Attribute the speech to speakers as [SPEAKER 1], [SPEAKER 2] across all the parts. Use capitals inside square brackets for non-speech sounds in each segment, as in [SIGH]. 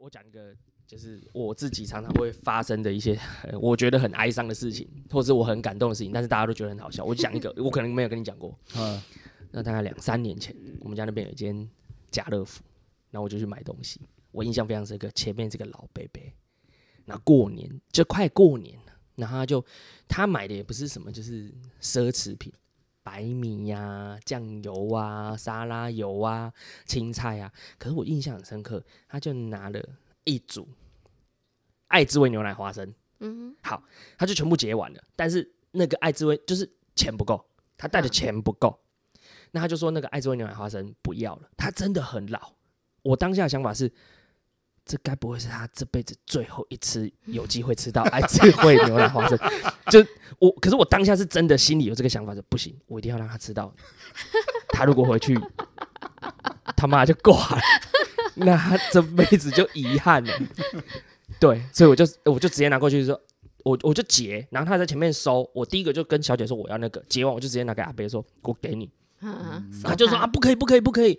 [SPEAKER 1] 我讲一个，就是我自己常常会发生的一些我觉得很哀伤的事情，或者是我很感动的事情，但是大家都觉得很好笑。我就讲一个，我可能没有跟你讲过。
[SPEAKER 2] 嗯，
[SPEAKER 1] 那大概两三年前，我们家那边有一间家乐福，然后我就去买东西。我印象非常深刻，前面这个老伯伯，那过年就快过年了，然后他就他买的也不是什么，就是奢侈品，白米呀、酱油啊、沙拉油啊、青菜啊。可是我印象很深刻，他就拿了一组爱滋味牛奶花生，
[SPEAKER 3] 嗯哼，
[SPEAKER 1] 好，他就全部结完了，但是那个爱滋味就是钱不够，他带的钱不够，那他就说那个爱滋味牛奶花生不要了，他真的很老。我当下的想法是，这该不会是他这辈子最后一次有机会吃到爱滋味牛奶花生？就我，可是我当下是真的心里有这个想法，就不行，我一定要让他吃到。他如果回去，他妈就挂了，那他这辈子就遗憾了。对，所以我就我就直接拿过去说，我我就结，然后他在前面收，我第一个就跟小姐说我要那个，结完我就直接拿给阿伯说，我给你，
[SPEAKER 3] 嗯
[SPEAKER 1] 他就说啊，不可以不可以不可以，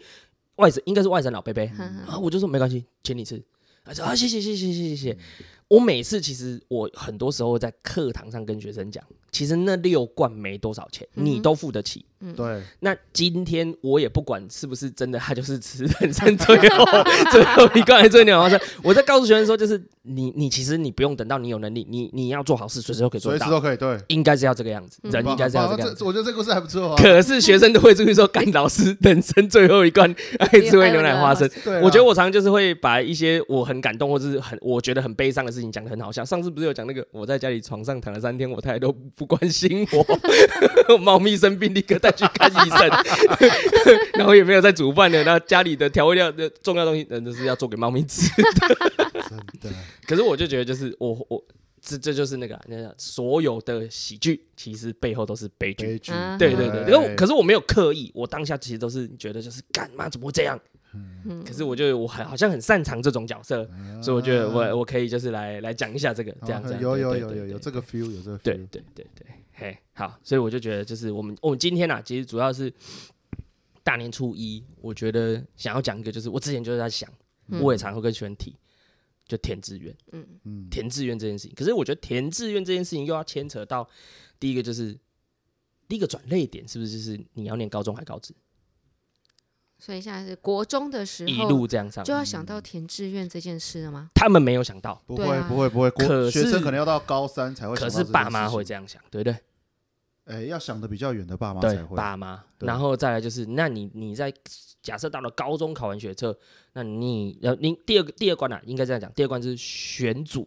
[SPEAKER 1] 外省应该是外省老伯伯，
[SPEAKER 3] 哼哼
[SPEAKER 1] 然后我就说没关系，请你吃，他说啊谢谢谢谢谢谢谢，
[SPEAKER 3] 嗯
[SPEAKER 1] 我每次其实我很多时候在课堂上跟学生讲，其实那六罐没多少钱，
[SPEAKER 3] 嗯哼
[SPEAKER 1] 你都付得起，
[SPEAKER 2] 对，
[SPEAKER 1] 那今天我也不管是不是真的，他就是 [LAUGHS] 吃人生最后最后一罐最牛花生。我在告诉学生说，就是你你其实你不用等到你有能力，你你要做好事，随时都可以做
[SPEAKER 2] 随
[SPEAKER 1] 得
[SPEAKER 2] 时
[SPEAKER 1] 到，
[SPEAKER 2] 都可以，对，
[SPEAKER 1] 应该是要这个样子，
[SPEAKER 3] 嗯
[SPEAKER 1] 人应该是
[SPEAKER 2] 好
[SPEAKER 1] 要
[SPEAKER 2] 吧
[SPEAKER 1] 这个样子。
[SPEAKER 2] 这我哦觉得这故事还不错啊。
[SPEAKER 1] 可是学生都会注意说，干老师人生最后一罐爱滋味牛奶花生。
[SPEAKER 2] 对啊，
[SPEAKER 1] 我觉得我常常就是会把一些我很感动或者是很我觉得很悲伤的事情讲得很好笑。上次不是有讲那个我在家里床上躺了三天，我太太都不关心我， [LAUGHS] 猫咪生病立刻带去看医 [LAUGHS] 生，然后也没有在煮饭的，那家里的调味料的重要东西，嗯，就是要做给猫咪吃。
[SPEAKER 2] 真的，
[SPEAKER 1] 可是我就觉得就是我我这这就是那个啊那个所有的喜剧其实背后都是悲剧。
[SPEAKER 2] 悲剧，
[SPEAKER 3] 嗯
[SPEAKER 1] 对对对，
[SPEAKER 2] 哎
[SPEAKER 1] 可是我可是我没有刻意，我当下其实都是觉得就是干嘛怎么会这样？
[SPEAKER 3] 嗯
[SPEAKER 1] 可是我就我很好像很擅长这种角色，所以我觉得我我可以就是来来讲一下这个这样
[SPEAKER 2] 啊哦
[SPEAKER 1] 这样，
[SPEAKER 2] 有
[SPEAKER 1] 对
[SPEAKER 2] 有
[SPEAKER 1] 对
[SPEAKER 2] 有
[SPEAKER 1] 对
[SPEAKER 2] 有有
[SPEAKER 1] 对
[SPEAKER 2] 这个 feel，有这个 feel，
[SPEAKER 1] 对对对对，嘿，好，所以我就觉得就是我们我们今天啊，其实主要是大年初一，我觉得想要讲一个就是我之前就是在想，
[SPEAKER 3] 嗯
[SPEAKER 1] 我也常会跟学生提，就填志愿，
[SPEAKER 3] 嗯
[SPEAKER 2] 嗯，
[SPEAKER 1] 填志愿这件事情，可是我觉得填志愿这件事情又要牵扯到第一个就是第一个转类点是不是就是你要念高中还高职，
[SPEAKER 3] 所以现在是国中的时
[SPEAKER 1] 一
[SPEAKER 3] 候
[SPEAKER 1] 路这样上
[SPEAKER 3] 就，要想到填志愿这件事了吗？
[SPEAKER 1] 他们没有想到，
[SPEAKER 2] 不
[SPEAKER 3] 对
[SPEAKER 2] 会
[SPEAKER 3] 啊
[SPEAKER 2] 不会不会，国
[SPEAKER 1] 可
[SPEAKER 2] 学
[SPEAKER 1] 是
[SPEAKER 2] 生可能要到高三才会
[SPEAKER 1] 可
[SPEAKER 2] 想到
[SPEAKER 1] 是
[SPEAKER 2] 这件
[SPEAKER 1] 爸妈
[SPEAKER 2] 事
[SPEAKER 1] 会
[SPEAKER 2] 情，
[SPEAKER 1] 这样想，对不对？
[SPEAKER 2] 哎，要想的比较远的爸妈
[SPEAKER 1] 对
[SPEAKER 2] 才会，
[SPEAKER 1] 爸妈，
[SPEAKER 2] 对
[SPEAKER 1] 然后再来就是，那你你在假设到了高中考完学测，那你要您第二个第二关啊，应该这样讲，第二关是选组，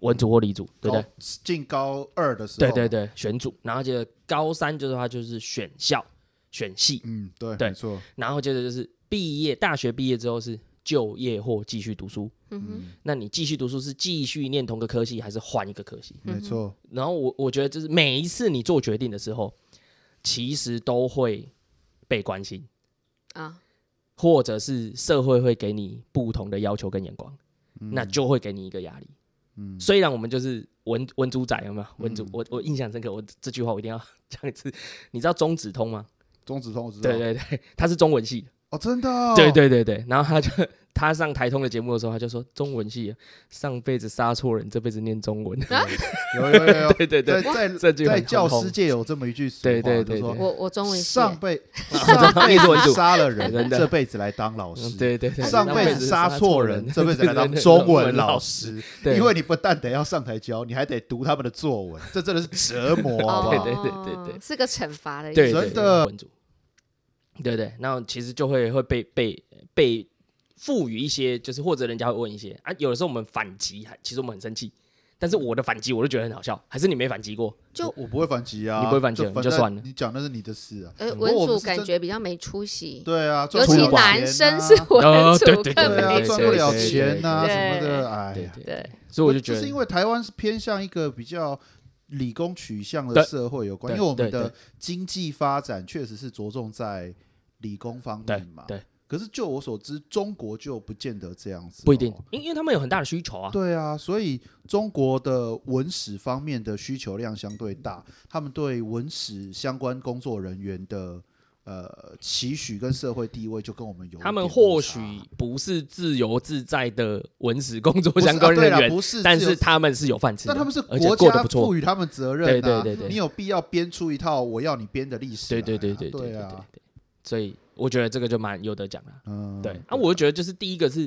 [SPEAKER 1] 文组或理组，对不
[SPEAKER 2] 高
[SPEAKER 1] 对？
[SPEAKER 2] 进高二的时
[SPEAKER 1] 对
[SPEAKER 2] 候，
[SPEAKER 1] 对，对，选组，然后接着高三就是它就是选校、选系，
[SPEAKER 2] 嗯，对，
[SPEAKER 1] 对
[SPEAKER 2] 没错，
[SPEAKER 1] 然后接着就是毕业，大学毕业之后是就业或继续读书。
[SPEAKER 3] 嗯
[SPEAKER 1] 那你继续读书是继续念同个科系，还是换一个科系？
[SPEAKER 2] 没错，
[SPEAKER 1] 然后我我觉得就是每一次你做决定的时候，其实都会被关心。嗯
[SPEAKER 3] 哼啊，
[SPEAKER 1] 或者是社会会给你不同的要求跟眼光，那就会给你一个压力。
[SPEAKER 2] 嗯
[SPEAKER 1] 虽然我们就是文文主仔，有没有文主？我我印象深刻，我这句话我一定要讲一次。你知道中子通吗？
[SPEAKER 2] 中子通我知道，
[SPEAKER 1] 对对对，他是中文系的，
[SPEAKER 2] 哦，真的哦，
[SPEAKER 1] 对对对对。然后他就他上台通的节目的时候，他就说中文系啊上辈子杀错人，这辈子念中文。 [LAUGHS]
[SPEAKER 2] 有，有有有
[SPEAKER 1] 对对对
[SPEAKER 2] 在，在
[SPEAKER 1] 这句很
[SPEAKER 2] 在教
[SPEAKER 1] 红
[SPEAKER 2] 师界有这么一句俗话，
[SPEAKER 1] 对对对
[SPEAKER 2] 就说
[SPEAKER 1] 对
[SPEAKER 3] 我我中文系
[SPEAKER 2] 上辈
[SPEAKER 1] 上
[SPEAKER 2] 上辈
[SPEAKER 1] 辈子文
[SPEAKER 2] 子
[SPEAKER 1] 组
[SPEAKER 2] 杀了
[SPEAKER 1] 真
[SPEAKER 2] 人，
[SPEAKER 1] 的
[SPEAKER 2] 这辈子来当老师
[SPEAKER 1] 嗯。对对对，
[SPEAKER 2] 上辈子杀错人，这
[SPEAKER 1] [LAUGHS]
[SPEAKER 2] 辈子来当中文老，师，
[SPEAKER 1] 对
[SPEAKER 2] 因为你不但得要上台教，你还得读他们的作文，这真的是折磨，好不
[SPEAKER 3] 哦
[SPEAKER 2] 好？
[SPEAKER 1] 对对对对对
[SPEAKER 3] 是个惩罚的意思，
[SPEAKER 1] 对，
[SPEAKER 2] 真
[SPEAKER 1] 对
[SPEAKER 2] 的
[SPEAKER 1] 文组，对对，然后其实就会会被被被赋予一些，就是或者人家会问一些啊，有的时候我们反击，还其实我们很生气，但是我的反击我就觉得很好笑，还是你没反击过，
[SPEAKER 3] 就
[SPEAKER 2] 我不会反击啊，
[SPEAKER 1] 你不会反击
[SPEAKER 2] 就
[SPEAKER 1] 你就算了
[SPEAKER 2] 你讲那是你的事啊。
[SPEAKER 3] 呃
[SPEAKER 2] 不
[SPEAKER 3] 文
[SPEAKER 2] 过我们
[SPEAKER 3] 组
[SPEAKER 2] 是
[SPEAKER 3] 感
[SPEAKER 2] 真
[SPEAKER 3] 觉比较没出息，
[SPEAKER 2] 对啊，赚
[SPEAKER 3] 尤
[SPEAKER 2] 不
[SPEAKER 3] 其
[SPEAKER 2] 了钱啊
[SPEAKER 3] 男生是文
[SPEAKER 1] 哦对
[SPEAKER 3] 组
[SPEAKER 1] 对对
[SPEAKER 3] 更
[SPEAKER 2] 对啊，
[SPEAKER 3] 没
[SPEAKER 1] 对
[SPEAKER 2] 赚
[SPEAKER 1] 对
[SPEAKER 2] 不
[SPEAKER 3] 出
[SPEAKER 2] 了
[SPEAKER 3] 息，
[SPEAKER 2] 钱呐
[SPEAKER 3] 对
[SPEAKER 2] 什么的，哎
[SPEAKER 1] 对
[SPEAKER 2] 呀，
[SPEAKER 1] 对
[SPEAKER 3] 对
[SPEAKER 1] 对，所以我就觉
[SPEAKER 2] 这
[SPEAKER 1] 得
[SPEAKER 2] 是因为台湾是偏向一个比较理工取向的
[SPEAKER 1] 对
[SPEAKER 2] 社会有关，
[SPEAKER 1] 对
[SPEAKER 2] 因为我
[SPEAKER 1] 对
[SPEAKER 2] 们的经济发展确实是着重在理工方
[SPEAKER 1] 对
[SPEAKER 2] 面嘛。
[SPEAKER 1] 对
[SPEAKER 2] 可是就我所知，中国就不见得这样子、哦
[SPEAKER 1] 不一定。，因因为他们有很大的需求啊，
[SPEAKER 2] 对啊，所以中国的文史方面的需求量相对大，他们对文史相关工作人员的。呃期许跟社会地位就跟我们有一
[SPEAKER 1] 他们
[SPEAKER 2] 点
[SPEAKER 1] 或
[SPEAKER 2] 落差
[SPEAKER 1] 许不是自由自在的文史工作
[SPEAKER 2] 不是
[SPEAKER 1] 相关
[SPEAKER 2] 啊对
[SPEAKER 1] 人
[SPEAKER 2] 啦
[SPEAKER 1] 员，
[SPEAKER 2] 不是自由，
[SPEAKER 1] 但是他们是有饭吃的，
[SPEAKER 2] 但他们是
[SPEAKER 1] 而且
[SPEAKER 2] 国
[SPEAKER 1] 过
[SPEAKER 2] 家
[SPEAKER 1] 得不错
[SPEAKER 2] 赋。予他们责任、啊，
[SPEAKER 1] 对对对对
[SPEAKER 2] 你有必要编出一套我要你编的历史来
[SPEAKER 1] 对
[SPEAKER 2] 啊、
[SPEAKER 1] 对对对对对
[SPEAKER 2] 对
[SPEAKER 1] 对
[SPEAKER 2] 啊，
[SPEAKER 1] 对，所以我觉得这个就蛮有得讲了。
[SPEAKER 2] 嗯，
[SPEAKER 1] 对啊，我就觉得就是第一个是，